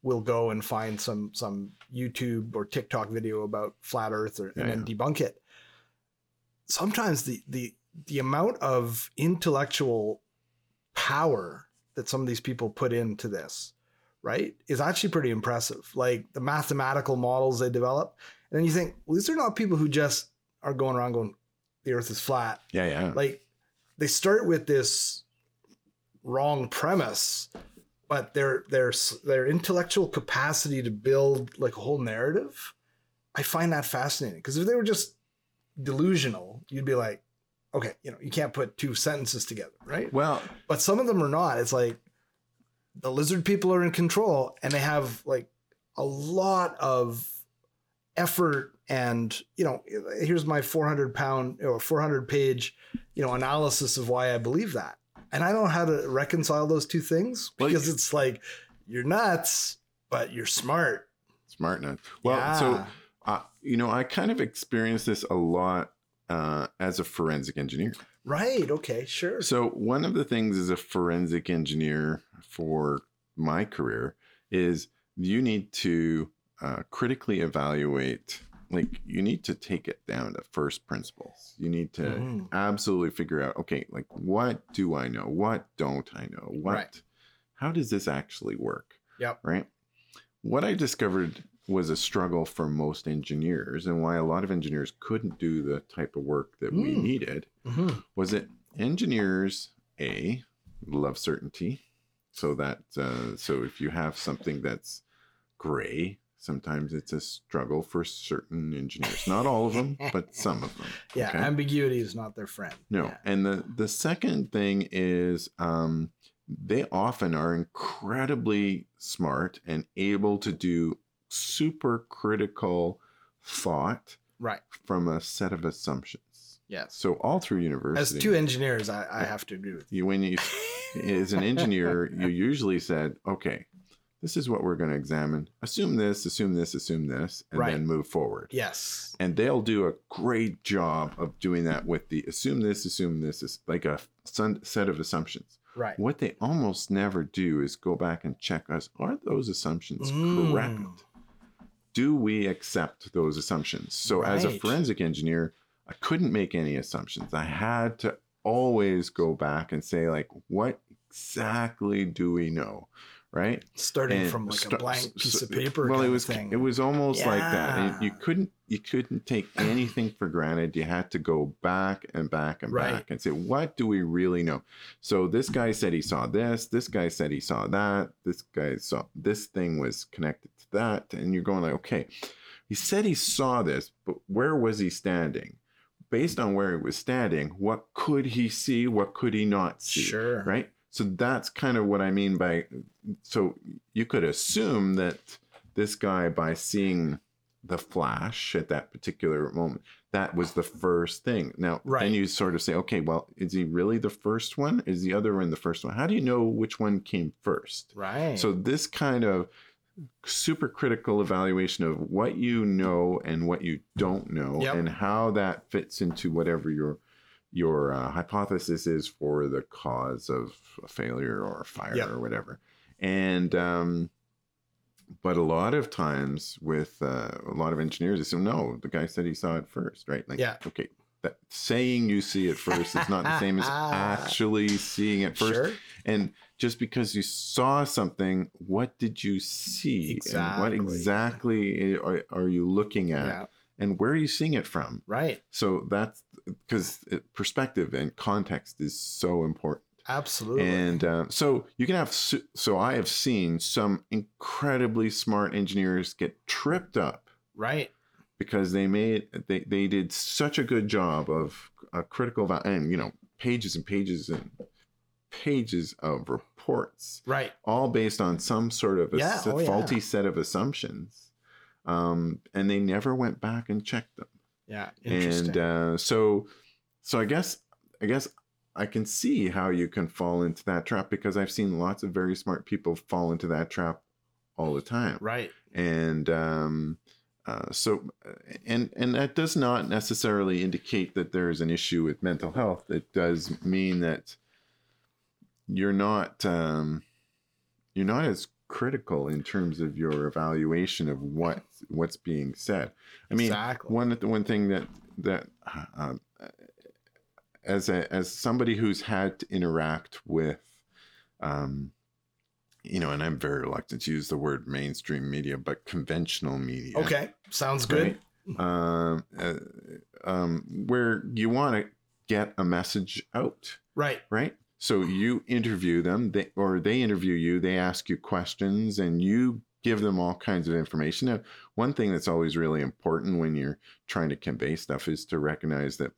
will go and find some some youtube or tiktok video about flat earth or,
Yeah,
and then debunk it sometimes the the the amount of intellectual power that some of these people put into this right, is actually pretty impressive. Like the mathematical models they develop. And then you think, well, these are not people who just are going around going, the earth is flat.
yeah yeah
Like they start with this wrong premise, but their their their intellectual capacity to build like a whole narrative, I find that fascinating. Because if they were just delusional, you'd be like, okay, you know, you can't put two sentences together, right?
well
but some of them are not. It's like the lizard people are in control and they have like a lot of effort and you know here's my 400 pound or 400 page you know analysis of why i believe that and i don't know how to reconcile those two things
Well,
because
you-
it's like you're nuts but you're smart
smart enough well so
Yeah.
uh, you know i kind of experienced this a lot uh, as a forensic engineer
right okay sure
So one of the things as a forensic engineer for my career is you need to uh, critically evaluate. Like you need to take it down to first principles. You need to
Mhm.
absolutely figure out. Okay, like what do I know? What don't I know? What?
Right.
How does this actually work?
Yep.
Right. What I discovered was a struggle for most engineers, and why a lot of engineers couldn't do the type of work that we
Mm.
needed
Mhm.
was it engineers a love certainty so that uh, so if you have something that's gray sometimes it's a struggle for certain engineers not all of them but some of them
yeah
okay?
ambiguity is not their friend
no
yeah.
and the the second thing is um they often are incredibly smart and able to do super critical thought
right
from a set of assumptions
yes
so all through
as
university
two engineers i, I have to agree with
you when you as an engineer you usually said okay this is what we're going to examine assume this assume this assume this and
Right.
then move forward
you yes
and they'll do a great job of doing that with the assume this assume this is like a sun, set of assumptions
right
what they almost never do is go back and check us are those assumptions
Mm.
correct do we accept those assumptions so as a
Right.
forensic engineer i couldn't make any assumptions i had to always go back and say like what exactly do we know right
starting
And
from like
sta-
a blank
s-
piece of
s-
paper.
well
kind
it
of
was
thing.
it was almost like that And you
Yeah.
couldn't you couldn't take anything for granted you had to go back and back and
Right.
back and say what do we really know so this guy said he saw this this guy said he saw that this guy saw this thing was connected to that and you're going like okay he said he saw this but where was he standing based on where he was standing what could he see what could he not see
sure
right so that's kind of what i mean by so you could assume that this guy by seeing the flash at that particular moment that was the first thing now
Right.
then you sort of say okay well is he really the first one is the other one the first one how do you know which one came first
right.
so this kind of super critical evaluation of what you know and what you don't know
Yep.
and how that fits into whatever your your uh, hypothesis is for the cause of a failure or a fire
Yep.
or whatever and um but a lot of times with uh, a lot of engineers they say no the guy said he saw it first right like
Yeah.
okay that saying you see it first is not the same as actually seeing it first
Sure.
and just because you saw something, what did you see? And what
Exactly.
exactly are, are you looking at?
yeah.
And where are you seeing it from?
Right.
So that's because perspective and context is so important.
Absolutely.
And uh, so you can have, su- so I have seen some incredibly smart engineers get tripped up
right.
because they made they, they did such a good job of a critical val- and you know pages and pages and pages of reports
Right.
all based on some sort of a
Yeah,
s-
oh, yeah.
faulty set of assumptions um, and they never went back and checked them
Yeah. Interesting.
and uh, so so i guess i guess i can see how you can fall into that trap because i've seen lots of very smart people fall into that trap all the time
right.
and um, uh, so and and that does not necessarily indicate that there is an issue with mental health. It does mean that you're not um, you're not as critical in terms of your evaluation of what what's being said. I mean,
exactly.
one one thing that that um, as a as somebody who's had to interact with um you know and i'm very reluctant to use the word mainstream media but conventional media
okay. Sounds good.
um, uh, um where you want to get a message out
Right.
right so you interview them they, or they interview you they ask you questions and you give them all kinds of information now, one thing that's always really important when you're trying to convey stuff is to recognize that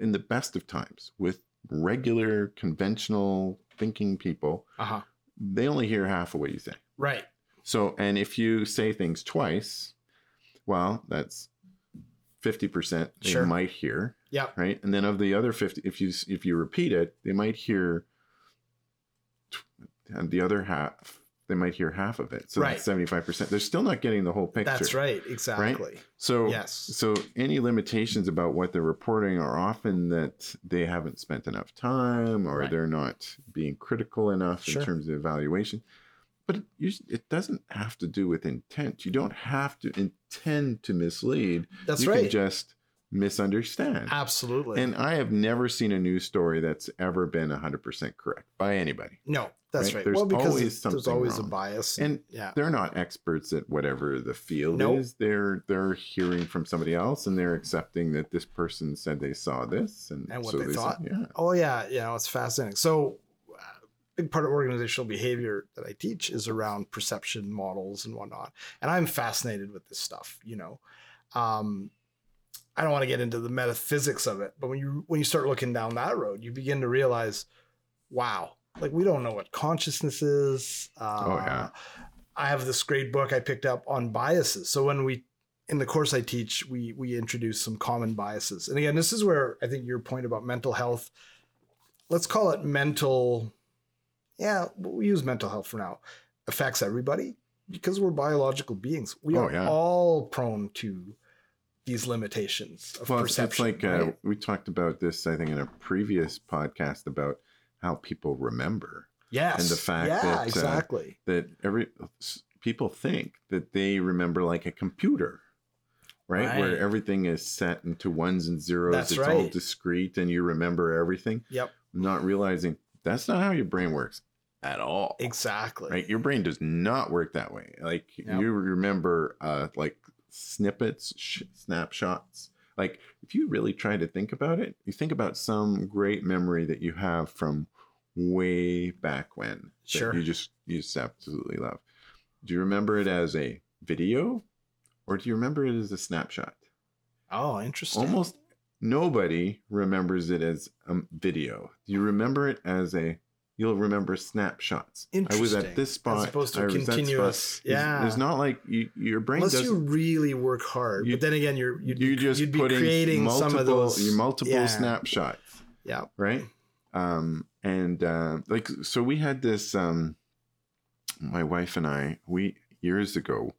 in the best of times with regular conventional thinking people
Uh huh.
they only hear half of what you say
Right.
so and if you say things twice well that's 50% they
Sure.
might hear
Yep.
right and then of the other 50 if you if you repeat it they might hear tw- and the other half they might hear half of it so
Right.
that's 75% they're still not getting the whole picture
That's right. Exactly.
so
Yes.
so any limitations about what they're reporting are often that they haven't spent enough time or
Right.
they're not being critical enough
Sure.
in terms of evaluation but it, us- it doesn't have to do with intent you don't have to intend to mislead
That's
you
right.
can just misunderstand
Absolutely.
and I have never seen a news story that's ever been 100% correct by anybody.
no, that's
Right,
right.
there's
Well, because
always
it's- there's
something
always
wrong.
a bias.
And
yeah.
they're not experts at whatever the field
Nope.
is. They're they're hearing from somebody else and they're accepting that this person said they saw this and,
And what
so
they
said-
thought.
yeah.
Oh yeah, you know it's fascinating. So, uh, big part of organizational behavior that I teach is around perception models and whatnot, and I'm fascinated with this stuff. You know, um, I don't want to get into the metaphysics of it, but when you when you start looking down that road, you begin to realize, wow, like we don't know what consciousness is. Uh,
Oh, yeah.
I have this great book I picked up on biases. So when we in the course I teach, we we introduce some common biases. And again, this is where I think your point about mental health, let's call it mental, yeah, we'll use mental health for now, affects everybody because we're biological beings. We
Oh,
are
yeah.
all prone to these limitations of
Well, it's, it's
perception.
like uh,
right?
we talked about this I think in a previous podcast about how people remember
yes,
and the fact
yeah,
that, uh,
exactly.
that every s- people think that they remember like a computer right, where
Right.
everything is set into ones and zeros
That's
it's all
right.
discrete and you remember everything
Yep,
not realizing that's not how your brain works at all
exactly.
right your brain does not work that way like
Yep.
you remember uh like snippets sh- snapshots like if you really try to think about it you think about some great memory that you have from way back when that
Sure.
you just you just absolutely love do you remember it as a video or do you remember it as a snapshot
Oh, interesting.
almost nobody remembers it as a video. You remember it as a you'll remember snapshots. I was at
Interesting.
this spot.
as opposed to
I was at that spot.
continuous.
It's-
Yeah.
It's, not like you, your brain
Unless you
doesn't
really work hard,
you-
but then again, you're
you
you'd, be-
just
you'd be
putting
creating
multiple,
some of those
your multiple
yeah,
snapshots,
Yeah,
right? Um and uh like so we had this um my wife and I we years ago,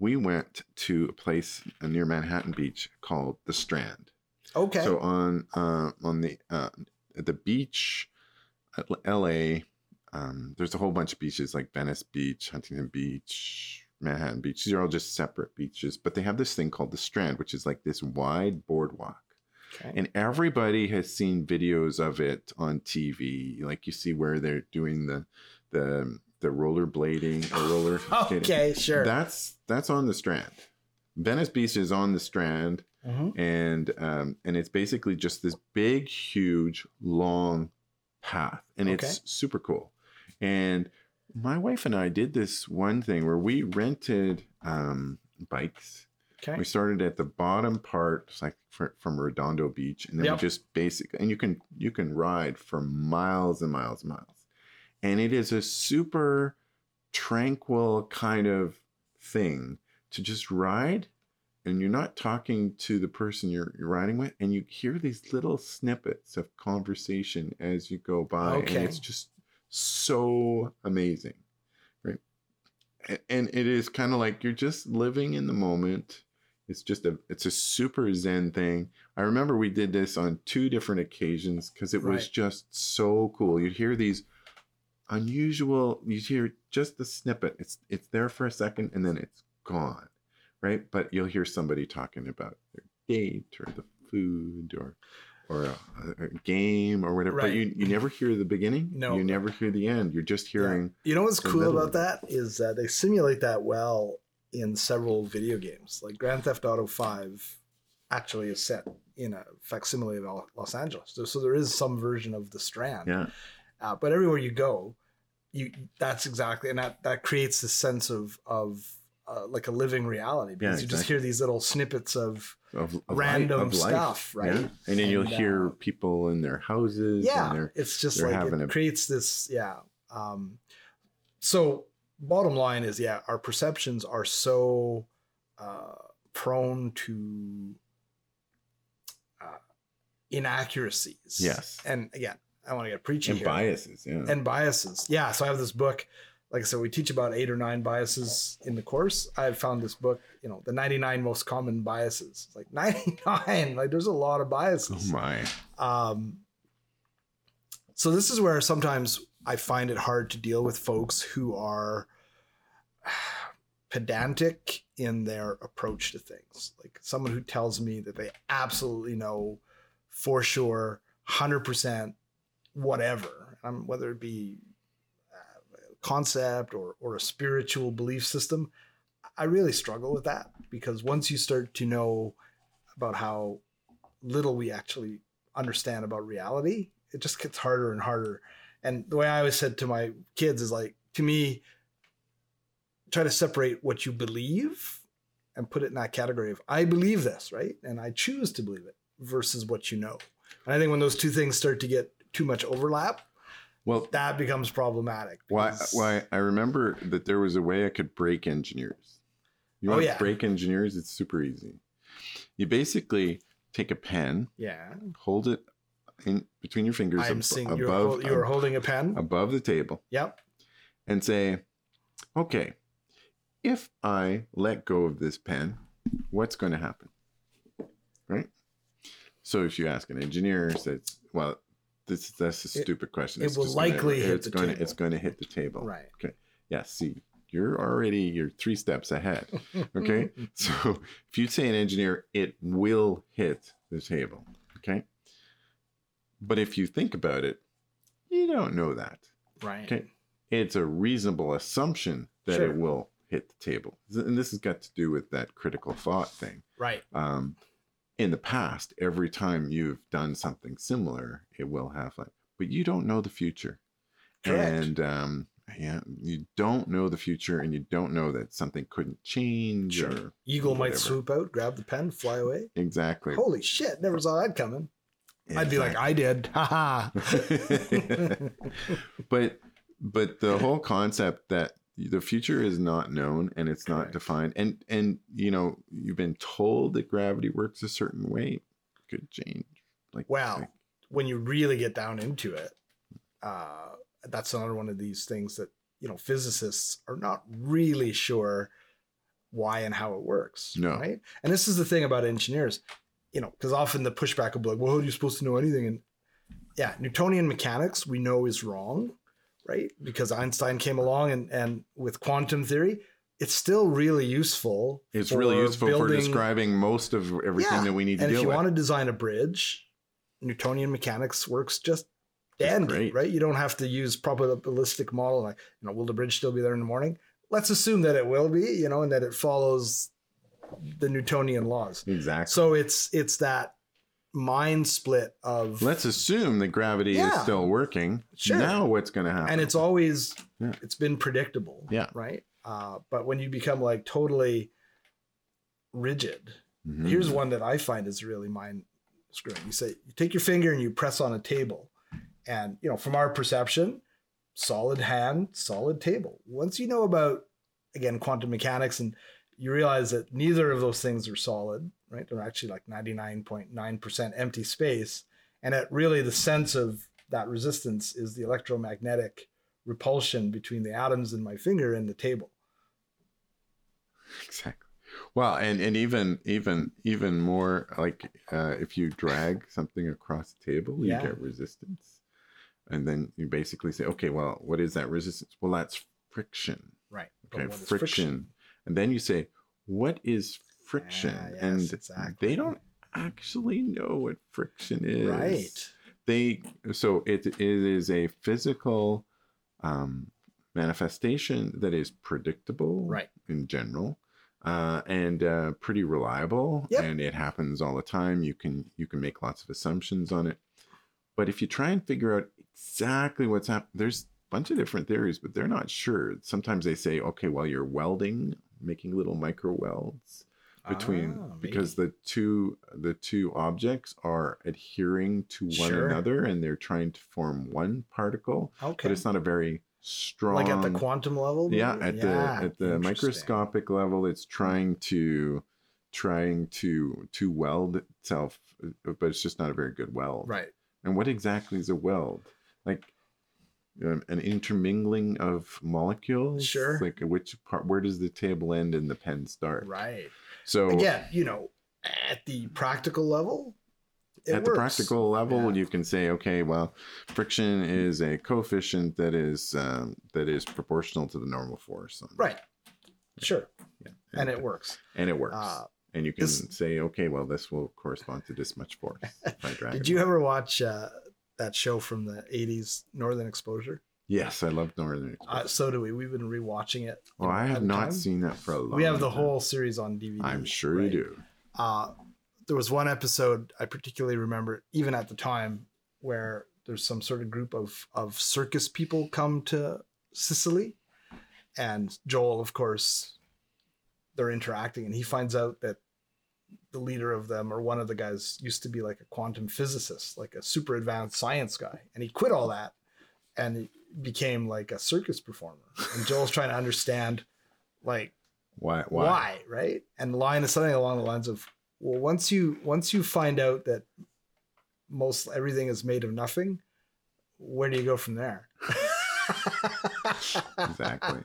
we went to a place near Manhattan Beach called the Strand.
Okay.
So on uh, on the uh, at the beach at L.A. Um, there's a whole bunch of beaches like Venice Beach, Huntington Beach, Manhattan Beach. These are all just separate beaches, but they have this thing called the Strand, which is like this wide boardwalk.
okay.
And everybody has seen videos of it on TV. Like you see where they're doing the the the rollerblading or roller. skating.
okay, sure.
That's that's on the Strand. Venice Beach is on the Strand,
Mhm.
and um, and it's basically just this big, huge, long path, and
Okay.
it's super cool. And my wife and I did this one thing where we rented um, bikes.
Okay.
We started at the bottom part, it's like fr- from Redondo Beach, and then
Yep.
we just basic, and you can you can ride for miles and miles and miles, and it is a super tranquil kind of thing to just ride, and you're not talking to the person you're, you're riding with, and you hear these little snippets of conversation as you go by,
Okay.
and it's just so amazing and- and it is kind of like you're just living in the moment it's just a it's a super zen thing i remember we did this on two different occasions because it was
Right.
just so cool you'd hear these unusual you'd hear just a snippet it's it's there for a second and then it's gone right but you'll hear somebody talking about their date or the food or or a, a game or whatever
Right.
but you, you never hear the beginning
No.
you never hear the end you're just hearing
You know what's
the
cool
middle
about
of it.
that is that they simulate that well in several video games. Like Grand Theft Auto 5 actually is set in a facsimile of Al- Los Angeles. So, so there is some version of the Strand.
yeah.
Uh, but everywhere you go, you that's exactly and that that creates this sense of of uh, like a living reality because you just
exactly.
hear these little snippets of
of, of li-
Random
of life,
stuff, right?
And then you'll
And, uh,
hear people in their houses.
yeah
And their,
it's just
they're
like it
having a-
creates this yeah um so bottom line is yeah our perceptions are so uh prone to uh, inaccuracies
Yes.
and again i want to get preachy
and
here
biases. Yeah.
and biases yeah so i have this book like i said we teach about eight or nine biases in the course i found this book you know the 99 most common biases like 99 like there's a lot of biases
oh my.
um, so this is where sometimes I find it hard to deal with folks who are pedantic in their approach to things. Like someone who tells me that they absolutely know for sure, hundred percent, whatever, um, whether it be uh, a concept or or a spiritual belief system. I really struggle with that because once you start to know about how little we actually understand about reality, it just gets harder and harder. And the way I always said to my kids is like, to me, try to separate what you believe and put it in that category of I believe this, right? And I choose to believe it versus what you know. And I think when those two things start to get too much overlap,
Well,
that becomes problematic.
why?
because-
Why? I remember that there was a way I could break engineers. You
Oh,
want
yeah.
to break engineers? It's super easy. You basically take a pen,
Yeah.
hold it in between your fingers
I'm
ab-
seeing you're,
above
hol- you're holding a pen.
above the table,
Yep.
and say, "Okay, if I let go of this pen, what's going to happen?" Right. So if you ask an engineer, says, "Well, this that's a
It-
stupid question.
it will
just gonna-
likely hit
it's
the
going
table.
it's going to hit the table."
Right.
Yeah. See, you're already you're three steps ahead. Okay.
Mm-hmm.
so if you say an engineer, it will hit the table. Okay. But if you think about it, you don't know that
Right.
Okay. it's a reasonable assumption that
Sure.
it will hit the table. And this has got to do with that critical thought thing.
Right.
Um, in the past, every time you've done something similar, it will have like, but you don't know the future.
Correct.
And um, yeah, you don't know the future and you don't know that something couldn't change
Sure.
or
Eagle might
Whatever.
swoop out, grab the pen, fly away.
exactly.
Holy shit, never saw that coming. I'd be like, I did. Ha
Exactly.
ha.
but but the whole concept that the future is not known and it's
Correct.
not defined and and you know you've been told that gravity works a certain way could change like
Wow.
like-
when you really get down into it, uh, that's another one of these things that you know, physicists are not really sure why and how it works.
No.
Right. And this is the thing about engineers, you know, because often the pushback will be like, well, how are you supposed to know anything? And yeah, Newtonian mechanics we know is wrong, right? Because Einstein came along and, and with quantum theory, it's still really useful.
It's really
for
useful for
building-
describing most of everything
Yeah,
that we need to
and if
deal
you
with.
want to design a bridge, Newtonian mechanics works just
It's
dandy,
great.
right? You don't have to use probabilistic model like, you know, will the bridge still be there in the morning? Let's assume that it will be, you know, and that it follows the Newtonian laws.
exactly.
So it's it's that mind split of
Let's assume that gravity is
Yeah.
still working.
Sure.
Now what's going to happen?
and it's always
Yeah.
it's been predictable
Yeah.
right uh, but when you become like totally rigid
Mhm.
here's one that i find is really mind screwing you say you take your finger and you press on a table and you know from our perception solid hand solid table once you know about again quantum mechanics and you realize that neither of those things are solid right they're actually like 99.9% empty space and at really the sense of that resistance is the electromagnetic repulsion between the atoms in my finger and the table
exactly. Well, and, and even even even more like uh, if you drag something across the table, you
Yeah.
get resistance, and then you basically say, okay, well, what is that resistance? Well, that's friction.
right But
Okay,
what is
friction. and then you say, what is friction?
Ah, yes,
and
exactly.
they don't actually know what friction is.
right
they so it, it is a physical um, manifestation that is predictable
right
in general uh, and uh, pretty reliable
Yep.
and it happens all the time you can you can make lots of assumptions on it but if you try and figure out exactly what's happening there's a bunch of different theories but they're not sure sometimes they say okay well you're welding making little micro welds between
Ah,
because
maybe.
the two the two objects are adhering to one
Sure.
another and they're trying to form one particle
okay
but it's not a very strong
like at the quantum level
yeah
maybe?
at
Yeah,
the at the
interesting. Hmm.
microscopic level it's trying to trying to to weld itself uh, but it's just not a very good weld
right
and what exactly is a weld like um, an intermingling of molecules
Sure.
like which part where does the table end and the pen start
right
so
again you know at the practical level it
at the
works.
practical level,
Yeah.
you can say, okay, well, friction is a coefficient that is um, that is proportional to the normal force, on-
right sure
Yeah.
and it works
and it works,
uh,
and you can
this-
say, okay, well, this will correspond to this much force. by dragging
did you
it.
ever watch uh, that show from the 80s northern exposure
Yes, I love Northern
uh,
Exposure.
so do we we've been rewatching it you
oh,
know,
I
at
have
a
not
time.
seen that for a long.
we have the
time.
whole series on dvd
I'm sure you
right?
do.
uh, there was one episode I particularly remember, even at the time, where there's some sort of group of of circus people come to Sicily, and Joel, of course, they're interacting, and he finds out that the leader of them or one of the guys used to be like a quantum physicist, like a super advanced science guy, and he quit all that and he became like a circus performer. And Joel's trying to understand, like
Why? Why?
why? right and the line is something along the lines of well once you once you find out that most everything is made of nothing where do you go from there
Exactly.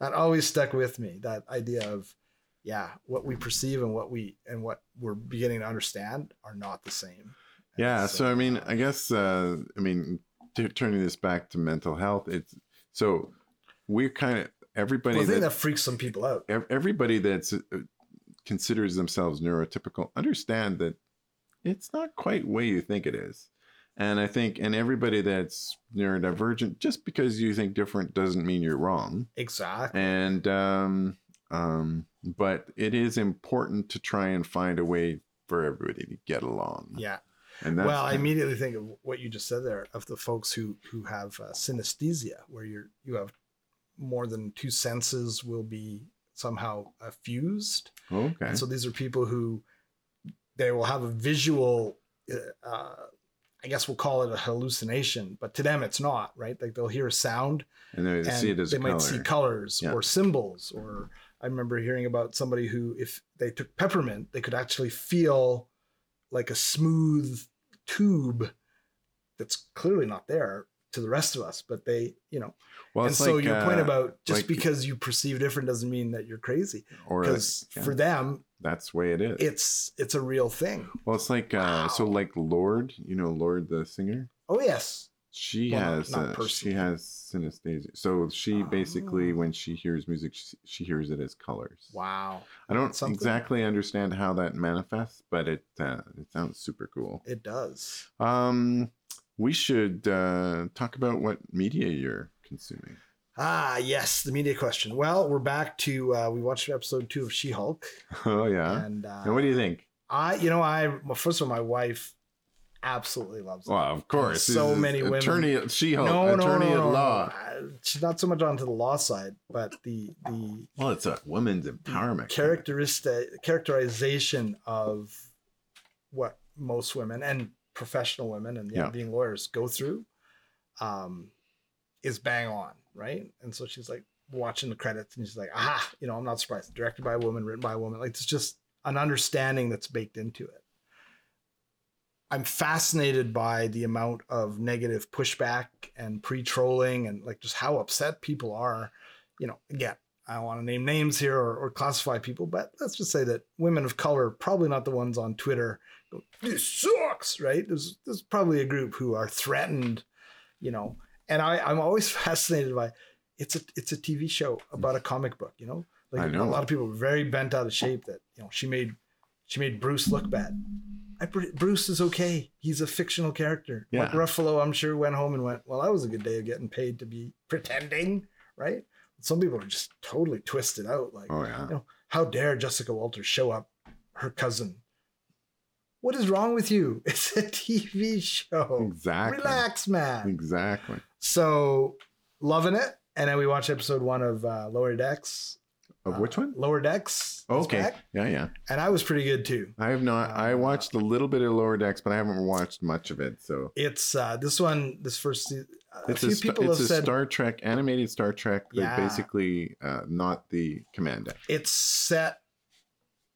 that always stuck with me that idea of yeah what we perceive and what we and what we're beginning to understand are not the same
yeah
And
so i mean i guess uh i mean t- turning this back to mental health it's so we're kind of
well,
everybody
the thing that
that,
freaks some people out
ev- everybody that's uh, considers themselves neurotypical understand that it's not quite what you think it is and i think and everybody that's neurodivergent just because you think different doesn't mean you're wrong
exactly
and um um but it is important to try and find a way for everybody to get along
yeah
and that's
well, I
kind of-
immediately think of what you just said there of the folks who who have uh, synesthesia, where you're you have more than two senses will be somehow uh, fused.
okay
And so these are people who they will have a visual, uh, uh, I guess we'll call it a hallucination, but to them it's not right. Like they'll hear a sound
and they see it as
they
a
might
color.
see colors
Yeah.
or symbols or i remember hearing about somebody who if they took peppermint they could actually feel like a smooth tube that's clearly not there to the rest of us, but they, you know,
Well,
and
it's
so
like,
your
uh,
point about just
like-
because you perceive different doesn't mean that you're crazy
or like,
because
yeah.
for them
that's the way it is.
it's it's a real thing.
well, it's like uh, so like Lord, you know Lord the singer.
Oh yes,
She
Well, not-
has
not
uh, she
personally.
has synesthesia. So she basically
Oh.
when she hears music, she, she hears it as colors.
wow,
I don't
Something.
exactly understand how that manifests, but it uh, it sounds super cool.
it does.
Um, we should uh, talk about what media you're consuming.
Ah yes, the media question. Well, we're back to uh, we watched episode two of She Hulk,
Oh yeah.
and uh,
And what do you think?
I you know I well, first of all my wife absolutely loves it.
Well, of course.
so
this is
many women-
Attorney, she Hulk,
no, no,
attorney
no, no,
at
no.
law.
Uh, She's not so much onto the law side, but the the
Well, it's a woman's empowerment.
characteristic characterization of what most women and professional women and yeah,
Yeah.
being lawyers go through um, is bang on, right? And so she's like watching the credits and she's like, aha, you know, I'm not surprised. Directed by a woman, written by a woman. Like it's just an understanding that's baked into it. I'm fascinated by the amount of negative pushback and pre-trolling and like just how upset people are. You know, again, I don't want to name names here or, or classify people, but let's just say that women of color, probably not the ones on Twitter, go, this sucks, right? There's, there's probably a group who are threatened, you know. And I, I'm always fascinated by it's a it's a TV show about a comic book, you know? Like
I know.
a lot of people are very bent out of shape that, you know, she made she made Bruce look bad. I, Bru- Bruce is okay. He's a fictional character. Mark
Yeah.
Ruffalo, I'm sure, went home and went, Well, that was a good day of getting paid to be pretending, right? Some people are just totally twisted out. Like,
Oh yeah.
you know, how dare Jessica Walters show up her cousin? What is wrong with you? It's a TV show.
Exactly.
Relax, man.
Exactly.
So, loving it. And then we watched episode one of uh, Lower Decks.
Of
Uh,
which one?
Lower Decks. is
okay.
back.
Yeah, yeah.
And I was pretty good too.
I have not. I
Uh,
watched a little bit of Lower Decks, but I haven't watched much of it. So
It's uh, this one, this first. se- A
it's
few
a, sta-
people
it's
have
a
said
Star Trek animated Star Trek. They're
Yeah.
basically uh, not the Command Deck.
it's set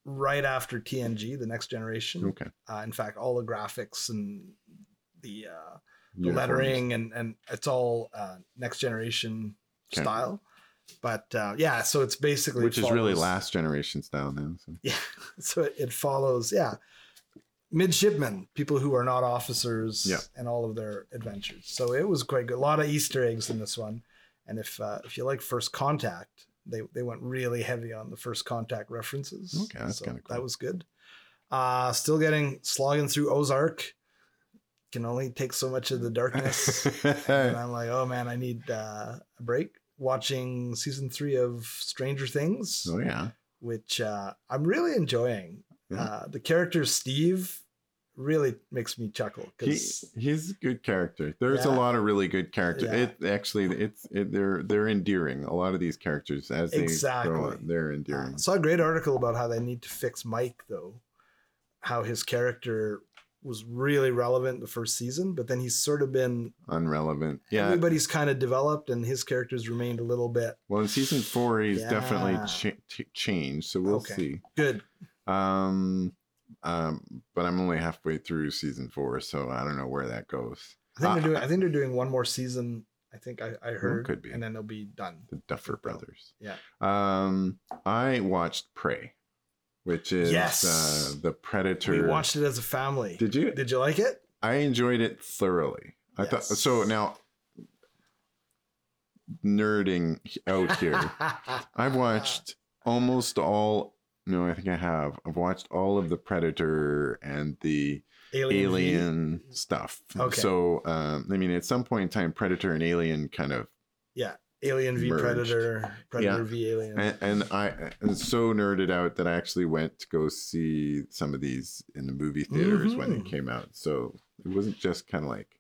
right after TNG, the Next Generation.
Okay.
Uh, in fact, all the graphics and the uh, the
Uniforms.
lettering and and it's all uh, next generation
Okay.
style. But uh, yeah, so it's basically
which is really
follows-
Last Generation style now. So.
Yeah, so it, it follows yeah midshipmen, people who are not officers,
Yeah.
and all of their adventures. So it was quite good. A lot of Easter eggs in this one, and if uh, if you like First Contact, they they went really heavy on the First Contact references.
Okay, that's
So
kinda cool.
That was good. Uh, still getting slogging through Ozark. Can only take so much of the darkness and I'm like, oh man, I need uh, a break. Watching season three of Stranger Things,
oh yeah.
which uh, I'm really enjoying.
Yeah.
Uh, the character Steve really makes me chuckle
He,
because
he's a good character. There's a
Yeah.
lot of really good character.
Yeah.
It actually, it's it, they're they're endearing. A lot of these characters as they grow
Exactly.
up, they're
I
endearing.
saw a great article about how they need to fix Mike though, how his character was really relevant the first season, but then he's sort of been
Unrelevant. Yeah.
everybody's kind of developed and his character's remained a little bit
Well, in season four, he's definitely
Yeah.
cha- t- changed. So we'll
Okay.
see.
good.
Um, um, but I'm only halfway through season four, so I don't know where that goes.
I think
Ah.
they're doing. I think they're doing one more season. I think I, I heard,
could be.
and then they'll be done.
The Duffer Brothers.
Yeah.
Um, I watched Prey, which is
Yes!
uh, the Predator.
We watched it as a family. Did
Did you?
you, like it?
I enjoyed it thoroughly. I thought
Yes.
so. Now, nerding out here. I've watched almost all. No, I think I have. I've watched all of the Predator and the
Alien.
Alien stuff.
Okay.
So, um, I mean, at some point in time, Predator and Alien kind of,
V, Alien v
merged.
Predator. Predator v Alien.
and, and I am so nerded out that I actually went to go see some of these in the movie theaters when it
Mhm.
came out. So it wasn't just kind of like,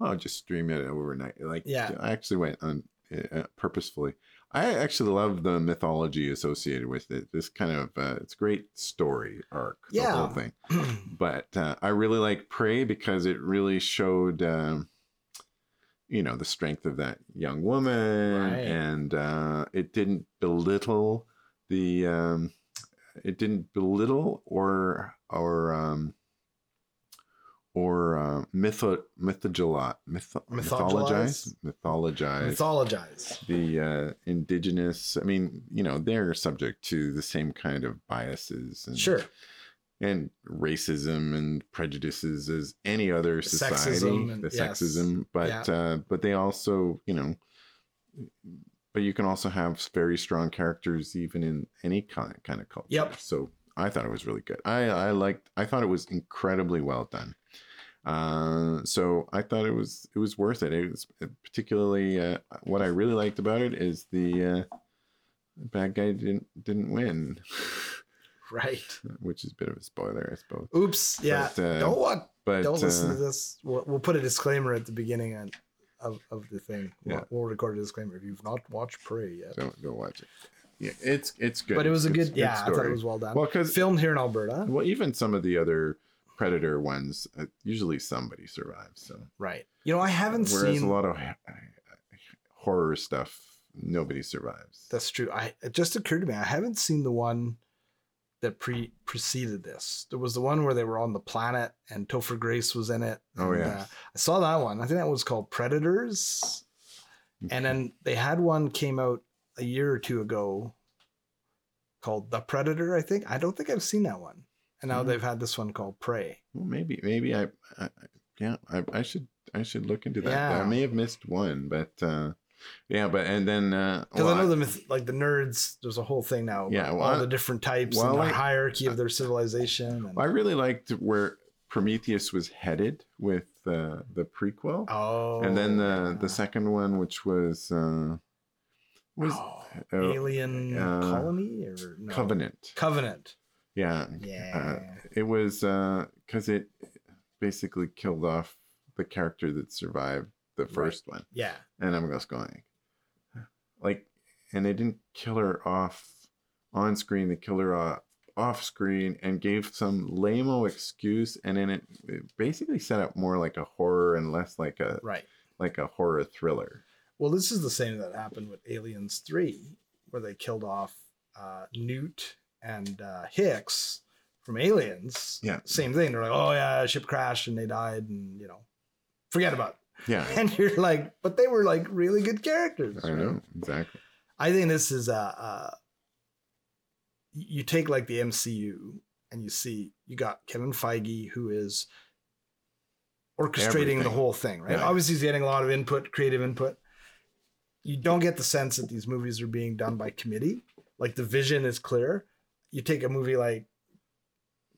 oh, just stream it overnight. Like,
Yeah.
I actually went on uh, purposefully. I actually love the mythology associated with it. This kind of uh, it's a great story arc, the
Yeah.
whole thing. but uh, I really like Prey because it really showed, um, you know, the strength of that young woman,
Right.
and uh, it didn't belittle the, um, it didn't belittle or or um, or uh, mytho- mythogela- mytho- mythologize
Mythologize?
mythologize
mythologize.
the uh, indigenous. I mean, you know, they're subject to the same kind of biases and
Sure.
and racism and prejudices as any other society.
Sexism and-
the
yes.
sexism, but
Yeah.
uh, but they also, you know, but you can also have very strong characters even in any kind kind of culture.
Yep.
So I thought it was really good. I I liked. I thought it was incredibly well done. Uh, so I thought it was it was worth it. It was uh, particularly uh, what I really liked about it is the uh, bad guy didn't didn't win,
Right.
which is a bit of a spoiler, I suppose.
Oops. Yeah.
But, uh,
don't watch.
But
don't listen
uh,
to this. We'll, we'll put a disclaimer at the beginning on, of of the thing. We'll,
Yeah.
we'll record a disclaimer if you've not watched Prey yet.
don't go watch it. Yeah, it's it's good.
But it was a
It's
good. Yeah, I thought
story.
it was well done.
well because
Filmed here in Alberta.
well even some of the other predator ones uh, usually somebody survives. So
Right. You know, I haven't
whereas
seen.
a lot of h- horror stuff nobody survives.
That's true. I it just occurred to me I haven't seen the one that pre preceded this. There was the one where they were on the planet and Topher Grace was in it.
Oh,
And,
yeah.
uh, I saw that one. I think that was called Predators. And then they had one came out a year or two ago called The Predator. I think I don't think I've seen that one. And now
Hmm.
they've had this one called Prey.
well, maybe maybe I, I I- yeah I, I should I should look into that.
Yeah.
I may have missed one, but uh, yeah, but and then uh,
Because
well,
I
I-
know the myth, like the nerds. There's a whole thing now. About
Yeah, well,
all
I-
the different types
well,
and the
I-
hierarchy of their civilization. And,
I really liked where Prometheus was headed with uh, the prequel.
oh,
and then the
yeah.
the second one, which was uh, was
Oh,
uh,
alien
uh,
colony or no?
Covenant. Uh,
Covenant.
Yeah,
Yeah.
it was because it basically killed off the character that survived the
Right.
first one,
yeah.
and I'm just going like, and they didn't kill her off on screen; they killed her off off screen and gave some lame-o excuse and then it, it basically set up more like a horror and less like a
Right.
like a horror thriller
Well, this is the same that happened with Aliens 3, where they killed off uh, Newt and uh, Hicks from Aliens.
Yeah.
Same thing. They're like, oh, yeah, ship crashed and they died and, you know, forget about
yeah
it. And you're like, but they were like really good characters.
i
right?
know exactly
I think this is a, a you take like the MCU and you see you got Kevin Feige who is orchestrating the
Everything.
whole thing, right?
Yeah.
Obviously he's getting a lot of input, creative input. You don't get the sense that these movies are being done by committee. Like the vision is clear. You take a movie like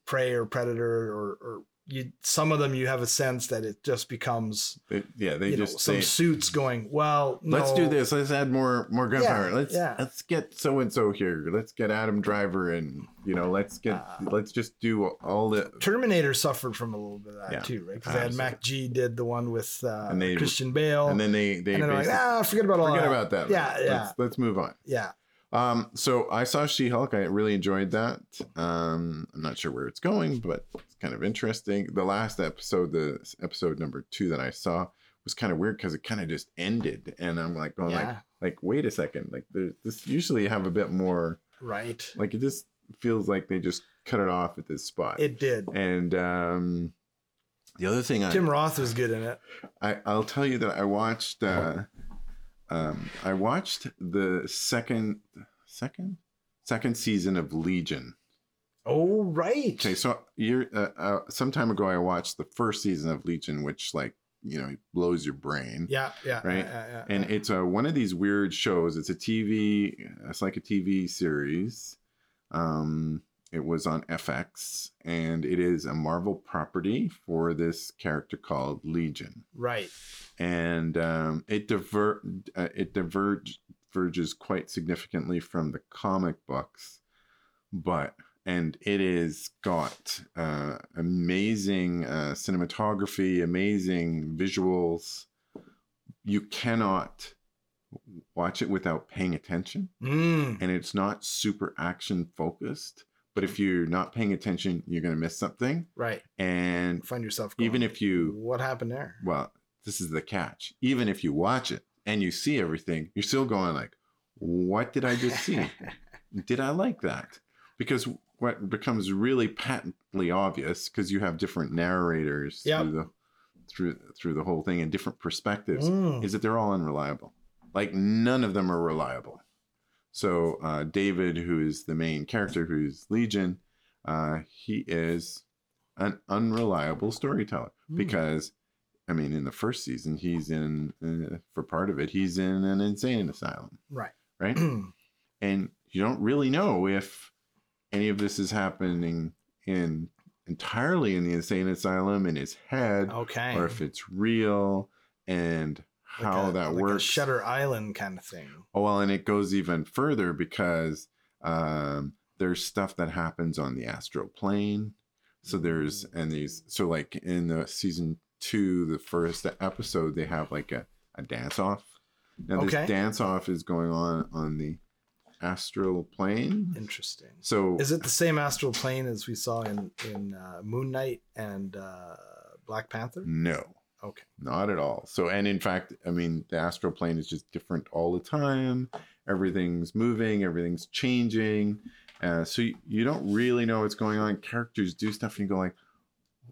Prey or Predator or or you some of them you have a sense that it just becomes
They, yeah, they
you know
just
some
say,
suits going, well,
let's
no,
do this. Let's add more more gunfire. let's
yeah.
let's get so and so here. Let's get Adam Driver and you know let's get
Uh,
let's just do all the
Terminator suffered from a little bit of that
Yeah,
too, right? Because they had
absolutely.
Mac G did the one with uh,
And they-
Christian Bale,
and then they they
and they're like,
basically-
ah, forget about all
forget
that.
about that.
Yeah,
let's,
yeah.
Let's, let's move on.
yeah,
Um, so I saw She Hulk. I really enjoyed that. Um, I'm not sure where it's going, but it's kind of interesting. The last episode, the episode number two that I saw, was kind of weird because it kind of just ended, and I'm like going like
yeah,
like wait a second, like there's this usually have a bit more.
right.
like it just feels like they just cut it off at this spot
It did.
and um the other thing I,
Tim Roth was good in it.
I i'll tell you that i watched uh um i watched the second second second season of legion
Oh right.
okay so you're uh, uh, some time ago i watched the first season of legion which like you know blows your brain
yeah, yeah,
Right.
yeah, yeah,
and
yeah.
it's a, one of these weird shows. It's a TV. It's like a TV series. Um, it was on FX, and it is a Marvel property for this character called Legion,
right.
and um, it diver uh, it diverge, diverges quite significantly from the comic books, but and it is got uh, amazing uh, cinematography, amazing visuals. You cannot watch it without paying attention,
Mm,
and it's not super action focused. But if you're not paying attention, you're going to miss something.
right.
And
Find yourself. Going,
even if you
what happened there?
well, this is the catch. Even if you watch it and you see everything, you're still going like, what did I just see? did I like that? Because what becomes really patently obvious because you have different narrators
Yeah.
through the through through the whole thing and different perspectives
Mm.
is that they're all unreliable. Like none of them are reliable. So uh, David, who is the main character, who's Legion, uh, he is an unreliable storyteller
Hmm.
because, I mean, in the first season, he's in uh, for part of it, he's in an insane asylum,
Right.
right? and you don't really know if any of this is happening in entirely in the insane asylum in his head
okay.
or if it's real and
Oh, Like
how
a-
that
like a
works
Shutter Island kind of thing.
oh well and it goes even further because um there's stuff that happens on the astral plane so there's
Mm.
and these so like in the season two the first episode they have like a, a dance off now
Okay.
this dance off is going on on the astral plane
Interesting.
so
Is it the same astral plane as we saw in in uh, Moon Knight and uh, Black Panther?
no
Okay.
not at all so and in fact i mean the astral plane is just different all the time everything's moving everything's changing uh, so you, you don't really know what's going on characters do stuff and you go like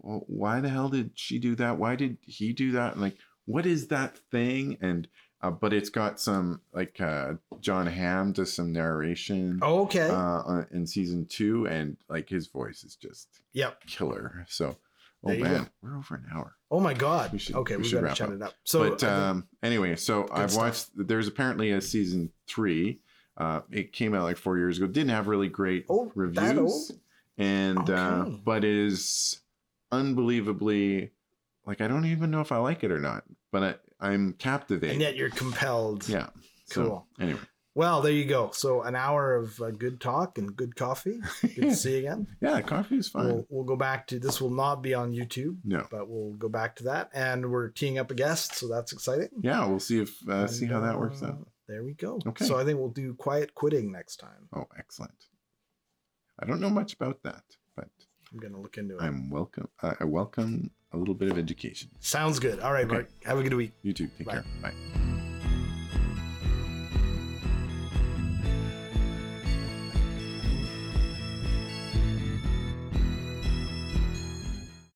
well, why the hell did she do that why did he do that and like what is that thing and uh, but it's got some like uh, john Hamm does some narration
Oh, okay.
uh, on- in season two and like his voice is just
yep.
killer so oh
There you go.
man we're over an hour
Oh my God.
we should-
okay,
we
we, have
should
got
wrap
to shut
up.
it up. So uh,
but
I think-
um, anyway, so I've
stuff.
watched. There's apparently a season three. Uh, it came out like four years ago. Didn't have really great
Oh, that
reviews,
old?
and uh,
Okay.
but it is unbelievably like I don't even know if I like it or not, but I, I'm captivated.
and yet you're compelled.
yeah,
Cool.
So, anyway,
Well, there you go. So an hour of uh, good talk and good coffee. Good to see you again.
yeah, coffee is fine.
We'll, we'll go back to this. Will not be on YouTube,
no,
but we'll go back to that. And we're teeing up a guest, so that's exciting.
yeah, we'll see if uh,
And,
see how that works
uh,
out.
There we go.
Okay.
So I think we'll do quiet quitting next time.
Oh, excellent. I don't know much about that, but
I'm gonna look into it.
I'm welcome. I I welcome a little bit of education.
Sounds good. All right,
Okay.
Mark. Have a good week.
You too. Take
Bye.
care. Bye.